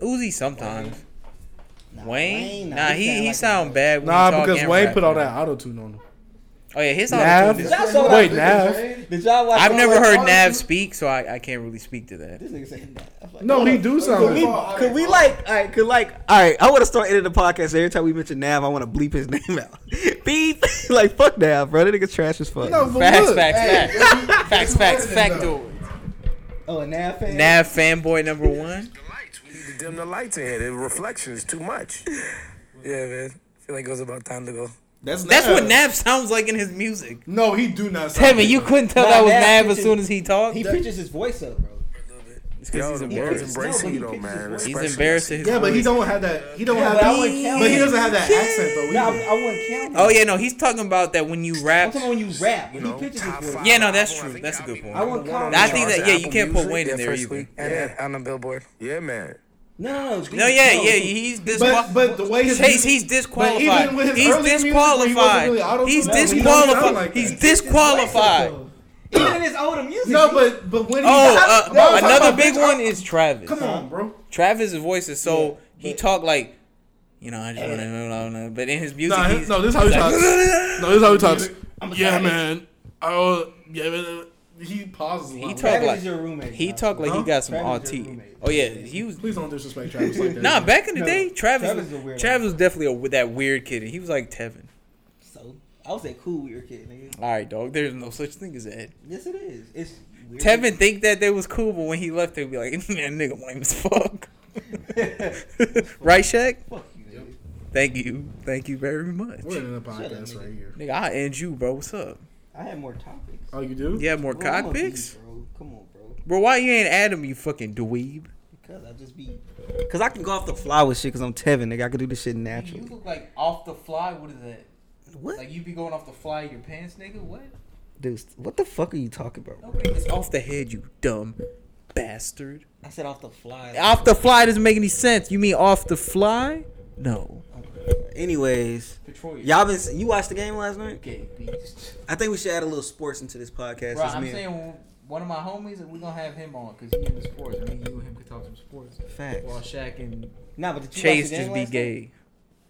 Speaker 2: Uzi sometimes. Wayne, nah, he he
Speaker 7: like
Speaker 2: sound bad. When
Speaker 1: Nah,
Speaker 2: he talk
Speaker 1: because
Speaker 2: and
Speaker 1: Wayne
Speaker 2: rap,
Speaker 1: put all
Speaker 2: bro.
Speaker 1: that auto tune on him.
Speaker 2: Oh yeah, his
Speaker 1: Nav.
Speaker 2: auto
Speaker 7: That's what I
Speaker 1: Wait,
Speaker 7: think
Speaker 1: Nav.
Speaker 7: it's
Speaker 8: Did y'all watch?
Speaker 2: I've
Speaker 8: Don't
Speaker 2: never
Speaker 8: Like
Speaker 2: heard
Speaker 8: Harlem?
Speaker 2: Nav speak, so I, I can't really speak to that.
Speaker 8: This nigga saying that. I'm like,
Speaker 1: No, he do
Speaker 3: Could
Speaker 1: something.
Speaker 3: we-
Speaker 5: Could we like, all right, could like, all right, I want to start ending the podcast every time we mention Nav, I want to bleep his name out. Beep. like, fuck Nav, bro. That nigga trash as fuck.
Speaker 1: No, but
Speaker 2: Facts,
Speaker 1: look,
Speaker 2: facts,
Speaker 3: Hey,
Speaker 2: facts,
Speaker 3: it's-
Speaker 2: facts,
Speaker 3: it's
Speaker 2: facts,
Speaker 3: better than
Speaker 2: factoid.
Speaker 7: Oh, a Nav fan.
Speaker 2: Nav fanboy number one.
Speaker 10: We need to dim the lights in here. The reflection is too much. Yeah, man. feel like it was about time to go.
Speaker 1: That's
Speaker 2: That's what Nav sounds like in his music.
Speaker 1: No, he do not. sound
Speaker 2: Tevin,
Speaker 1: like
Speaker 2: you
Speaker 1: that.
Speaker 2: couldn't tell
Speaker 7: Nah,
Speaker 2: that was
Speaker 7: Nav
Speaker 2: Nav as
Speaker 7: pitches-
Speaker 2: soon as he talked.
Speaker 7: He pitches his voice up, bro.
Speaker 2: It's 'cause
Speaker 10: Yo,
Speaker 2: he's
Speaker 10: the world's
Speaker 2: embarrassed.
Speaker 10: embracing you
Speaker 7: No,
Speaker 10: though,
Speaker 7: he
Speaker 10: man.
Speaker 2: He's
Speaker 10: Expression.
Speaker 2: embarrassed at his
Speaker 1: Yeah, but he
Speaker 2: voice.
Speaker 1: don't have that. He don't have
Speaker 7: but I
Speaker 1: that.
Speaker 7: wouldn't count
Speaker 1: But he
Speaker 7: it.
Speaker 1: doesn't have that accent though.
Speaker 7: No, I,
Speaker 1: either.
Speaker 7: I wouldn't count.
Speaker 2: Oh
Speaker 7: it.
Speaker 2: yeah, no, he's talking about that when you
Speaker 7: I'm
Speaker 2: rap.
Speaker 7: talking about when you rap. When he
Speaker 10: know,
Speaker 7: pitches his
Speaker 10: top
Speaker 7: voice.
Speaker 10: five.
Speaker 2: Yeah, no, that's
Speaker 10: Oh, I
Speaker 2: true.
Speaker 10: think
Speaker 2: That's a
Speaker 10: I'll
Speaker 2: good
Speaker 10: be
Speaker 2: point.
Speaker 10: one
Speaker 7: I wouldn't count.
Speaker 2: I
Speaker 7: it.
Speaker 2: think
Speaker 10: Charts
Speaker 2: that-
Speaker 10: at
Speaker 2: yeah, you
Speaker 10: Apple
Speaker 2: can't put
Speaker 10: Music,
Speaker 2: Wayne in
Speaker 10: their
Speaker 2: there
Speaker 10: first
Speaker 2: either.
Speaker 10: week, And then on the billboard. Yeah, man.
Speaker 7: No, no, no.
Speaker 2: No, yeah, yeah, he's disqualified.
Speaker 1: But but the way his
Speaker 2: Chase, he's
Speaker 1: but even
Speaker 2: disqualified.
Speaker 1: with his
Speaker 2: He's
Speaker 1: earlier music, he wasn't
Speaker 2: disqualified.
Speaker 1: really auto-tuned
Speaker 2: he's
Speaker 1: that, but he don't
Speaker 2: disqualified.
Speaker 1: sound like
Speaker 2: he's
Speaker 1: that.
Speaker 2: disqualified.
Speaker 7: Even in his older music.
Speaker 1: No,
Speaker 7: he-
Speaker 1: but but when he-
Speaker 2: Oh,
Speaker 1: No,
Speaker 2: uh,
Speaker 1: I'm talking
Speaker 2: another
Speaker 1: about
Speaker 2: big
Speaker 1: bitch,
Speaker 2: one
Speaker 1: I-
Speaker 2: is Travis.
Speaker 1: Come on, bro.
Speaker 2: Travis's voice is so he talk like, you know, I just want to. But in his music,
Speaker 1: Nah,
Speaker 2: he's,
Speaker 1: no, this is how he
Speaker 2: he's like,
Speaker 1: talks. No, this is how he talks. Yeah, man. Oh, yeah, man. He pauses a lot.
Speaker 2: He
Speaker 1: bro.
Speaker 2: talk
Speaker 7: Travis
Speaker 2: like
Speaker 7: is your roommate.
Speaker 2: he
Speaker 7: bro.
Speaker 2: talk like he
Speaker 1: Huh?
Speaker 2: got some
Speaker 7: Travis is your
Speaker 2: RT.
Speaker 7: roommate.
Speaker 2: Oh yeah, he was.
Speaker 1: Please don't disrespect Travis like that.
Speaker 2: Nah, back in the
Speaker 7: No,
Speaker 2: day, Travis,
Speaker 7: Travis is a weirdo.
Speaker 2: Travis was definitely a, that weird kid. and He was like Tevin.
Speaker 7: So I was that cool weird kid, nigga.
Speaker 2: All right, dog. There's no such thing as that.
Speaker 7: Yes, it is. It's weird.
Speaker 2: Tevin think that they was cool, but when he left, they'd be like, "Man, nigga, lame as fuck." right, Shaq?
Speaker 7: Fuck you, nigga.
Speaker 2: Thank you, thank you very much,
Speaker 1: We're in a
Speaker 7: Shut up,
Speaker 1: podcast
Speaker 7: nigga.
Speaker 1: right here.
Speaker 2: nigga. I end you, bro. What's up?
Speaker 7: I had more topics.
Speaker 1: Oh, you do?
Speaker 2: You have more
Speaker 7: Bro, I'm a
Speaker 2: cockpits,
Speaker 7: beast, bro. Come on, bro.
Speaker 2: bro. Why you ain't Adam? You fucking dweeb.
Speaker 7: Because I just be.
Speaker 5: Because I can go off the fly with shit because I'm Tevin, nigga. I can do this shit
Speaker 8: You
Speaker 5: naturally.
Speaker 8: look like off the fly. What is that?
Speaker 5: What?
Speaker 8: Like you be going off the fly of your pants, nigga? What?
Speaker 5: Dude, what the fuck are you talking about?
Speaker 8: Nobody
Speaker 2: It's off the head, you dumb bastard.
Speaker 7: I said off the fly.
Speaker 2: Off the fly doesn't make any sense. You mean off the fly? No.
Speaker 5: Anyways,
Speaker 8: Detroit.
Speaker 5: y'all been, you watched the game last night?
Speaker 8: Gay beast.
Speaker 5: I think we should add a little sports into this podcast.
Speaker 8: Bro,
Speaker 5: It's
Speaker 8: I'm
Speaker 5: me and-
Speaker 8: saying one of my homies, we're gonna have him on because he into sports. I mean, you and him could talk some sports.
Speaker 5: Facts.
Speaker 8: While Shaq and
Speaker 7: Nah, but did you
Speaker 2: Chase
Speaker 7: watch the game
Speaker 2: just be
Speaker 7: last night?
Speaker 2: gay.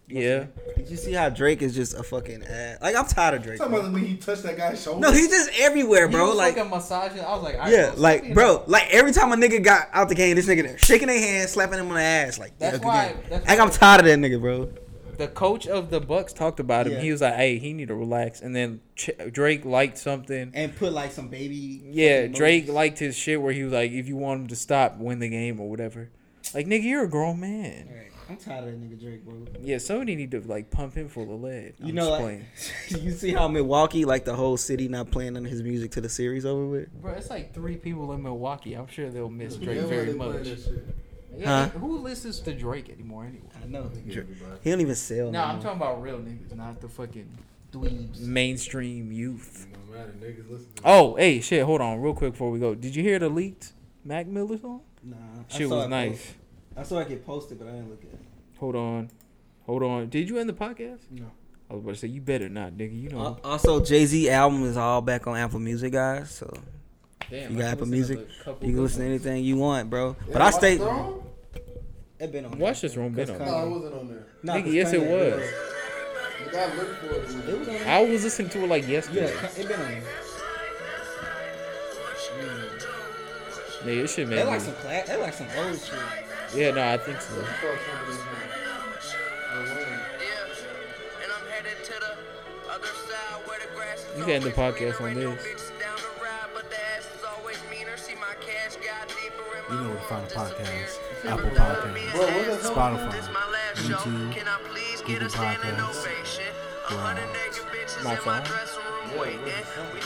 Speaker 2: Yeah.
Speaker 5: Did you see how Drake is just a fucking ass? Like, I'm tired of Drake.
Speaker 1: Talking
Speaker 5: bro.
Speaker 1: about when he touched that guy's shoulder.
Speaker 5: No, he's just everywhere,
Speaker 8: He
Speaker 5: bro.
Speaker 8: was
Speaker 5: Like,
Speaker 8: fucking massaging. I was like, all right,
Speaker 5: yeah,
Speaker 8: bro, stop
Speaker 5: like,
Speaker 8: being
Speaker 5: bro, like every time a nigga got out the game, this nigga there shaking their hand, slapping him on the ass. Like,
Speaker 8: That's
Speaker 5: yeah, good
Speaker 8: why-
Speaker 5: game.
Speaker 8: that's
Speaker 5: like, I'm
Speaker 8: why-
Speaker 5: tired of that nigga, bro.
Speaker 2: The coach of the Bucks talked about him.
Speaker 7: Yeah.
Speaker 2: He was like, "Hey, he need to relax." And then Ch- Drake liked something.
Speaker 7: And put like some baby.
Speaker 2: Yeah,
Speaker 7: fucking
Speaker 2: Drake
Speaker 7: emojis.
Speaker 2: liked his shit where he was like, "If you want him to stop, win the game or whatever." Like, nigga, you're a grown man.
Speaker 7: Alright, I'm tired of that nigga Drake, bro.
Speaker 2: Yeah, somebody need to like pump him full of lead.
Speaker 7: You
Speaker 2: I'm
Speaker 7: know,
Speaker 2: just
Speaker 7: like,
Speaker 2: playing.
Speaker 5: you see how Milwaukee, like the whole city, not playing on his music till the series over with?
Speaker 8: Bro, it's like three people in Milwaukee. I'm sure they'll miss Drake
Speaker 3: Yeah,
Speaker 8: very
Speaker 3: they play
Speaker 8: much.
Speaker 3: that shit.
Speaker 8: Yeah,
Speaker 5: Huh?
Speaker 8: Who listens to Drake anymore anyway?
Speaker 7: I know.
Speaker 5: He don't even
Speaker 8: No,
Speaker 5: sell. no
Speaker 8: I'm
Speaker 5: more.
Speaker 8: talking about real niggas, not the fucking dweebs.
Speaker 2: mainstream youth.
Speaker 3: No matter, niggas listen to
Speaker 2: Oh, hey, shit, hold on, real quick before we go. Did you hear the leaked Mac Miller song?
Speaker 7: Nah. I
Speaker 2: Shit
Speaker 7: saw
Speaker 2: was
Speaker 7: it
Speaker 2: nice.
Speaker 7: post- I saw it get posted, but I didn't look at it.
Speaker 2: Hold on, hold on. Did you end the podcast?
Speaker 7: No. Uh,
Speaker 2: I was about to say you better not, nigga. You know.
Speaker 5: Al- Uh, Also, Jay Z album is all back on Apple Music, guys. So
Speaker 8: Damn,
Speaker 5: You
Speaker 8: I
Speaker 5: got
Speaker 8: can listen
Speaker 5: Apple
Speaker 8: to
Speaker 5: Music?
Speaker 8: a couple
Speaker 5: you can
Speaker 8: good
Speaker 5: listen to
Speaker 8: ones.
Speaker 5: anything you want, bro.
Speaker 3: Yeah,
Speaker 5: But I
Speaker 3: Watch
Speaker 5: stay.
Speaker 3: the Throne?
Speaker 7: It been on.
Speaker 2: Watch this room, been
Speaker 7: That's
Speaker 2: on.
Speaker 3: No, it
Speaker 7: Kanye.
Speaker 3: wasn't on there.
Speaker 7: Nah,
Speaker 2: Nigga,
Speaker 7: it's
Speaker 2: yes, it
Speaker 7: Kanye.
Speaker 2: was.
Speaker 3: You gotta look for it. dude.
Speaker 7: It was on. there.
Speaker 2: I was listening to it like
Speaker 7: Yeah,
Speaker 2: yesterday.
Speaker 7: it been on. there.
Speaker 2: Nigga, this shit
Speaker 7: They
Speaker 2: made
Speaker 7: like
Speaker 2: me.
Speaker 7: some class. They like some old shit.
Speaker 2: Yeah, no, I think so.
Speaker 3: Fuck, something is wrong. No way.
Speaker 2: You can end the podcast on this.
Speaker 1: You know where to find a podcast. Apple Podcast.
Speaker 3: Bro, what the hell?
Speaker 1: Spotify. YouTube. Google Podcasts.
Speaker 2: My phone.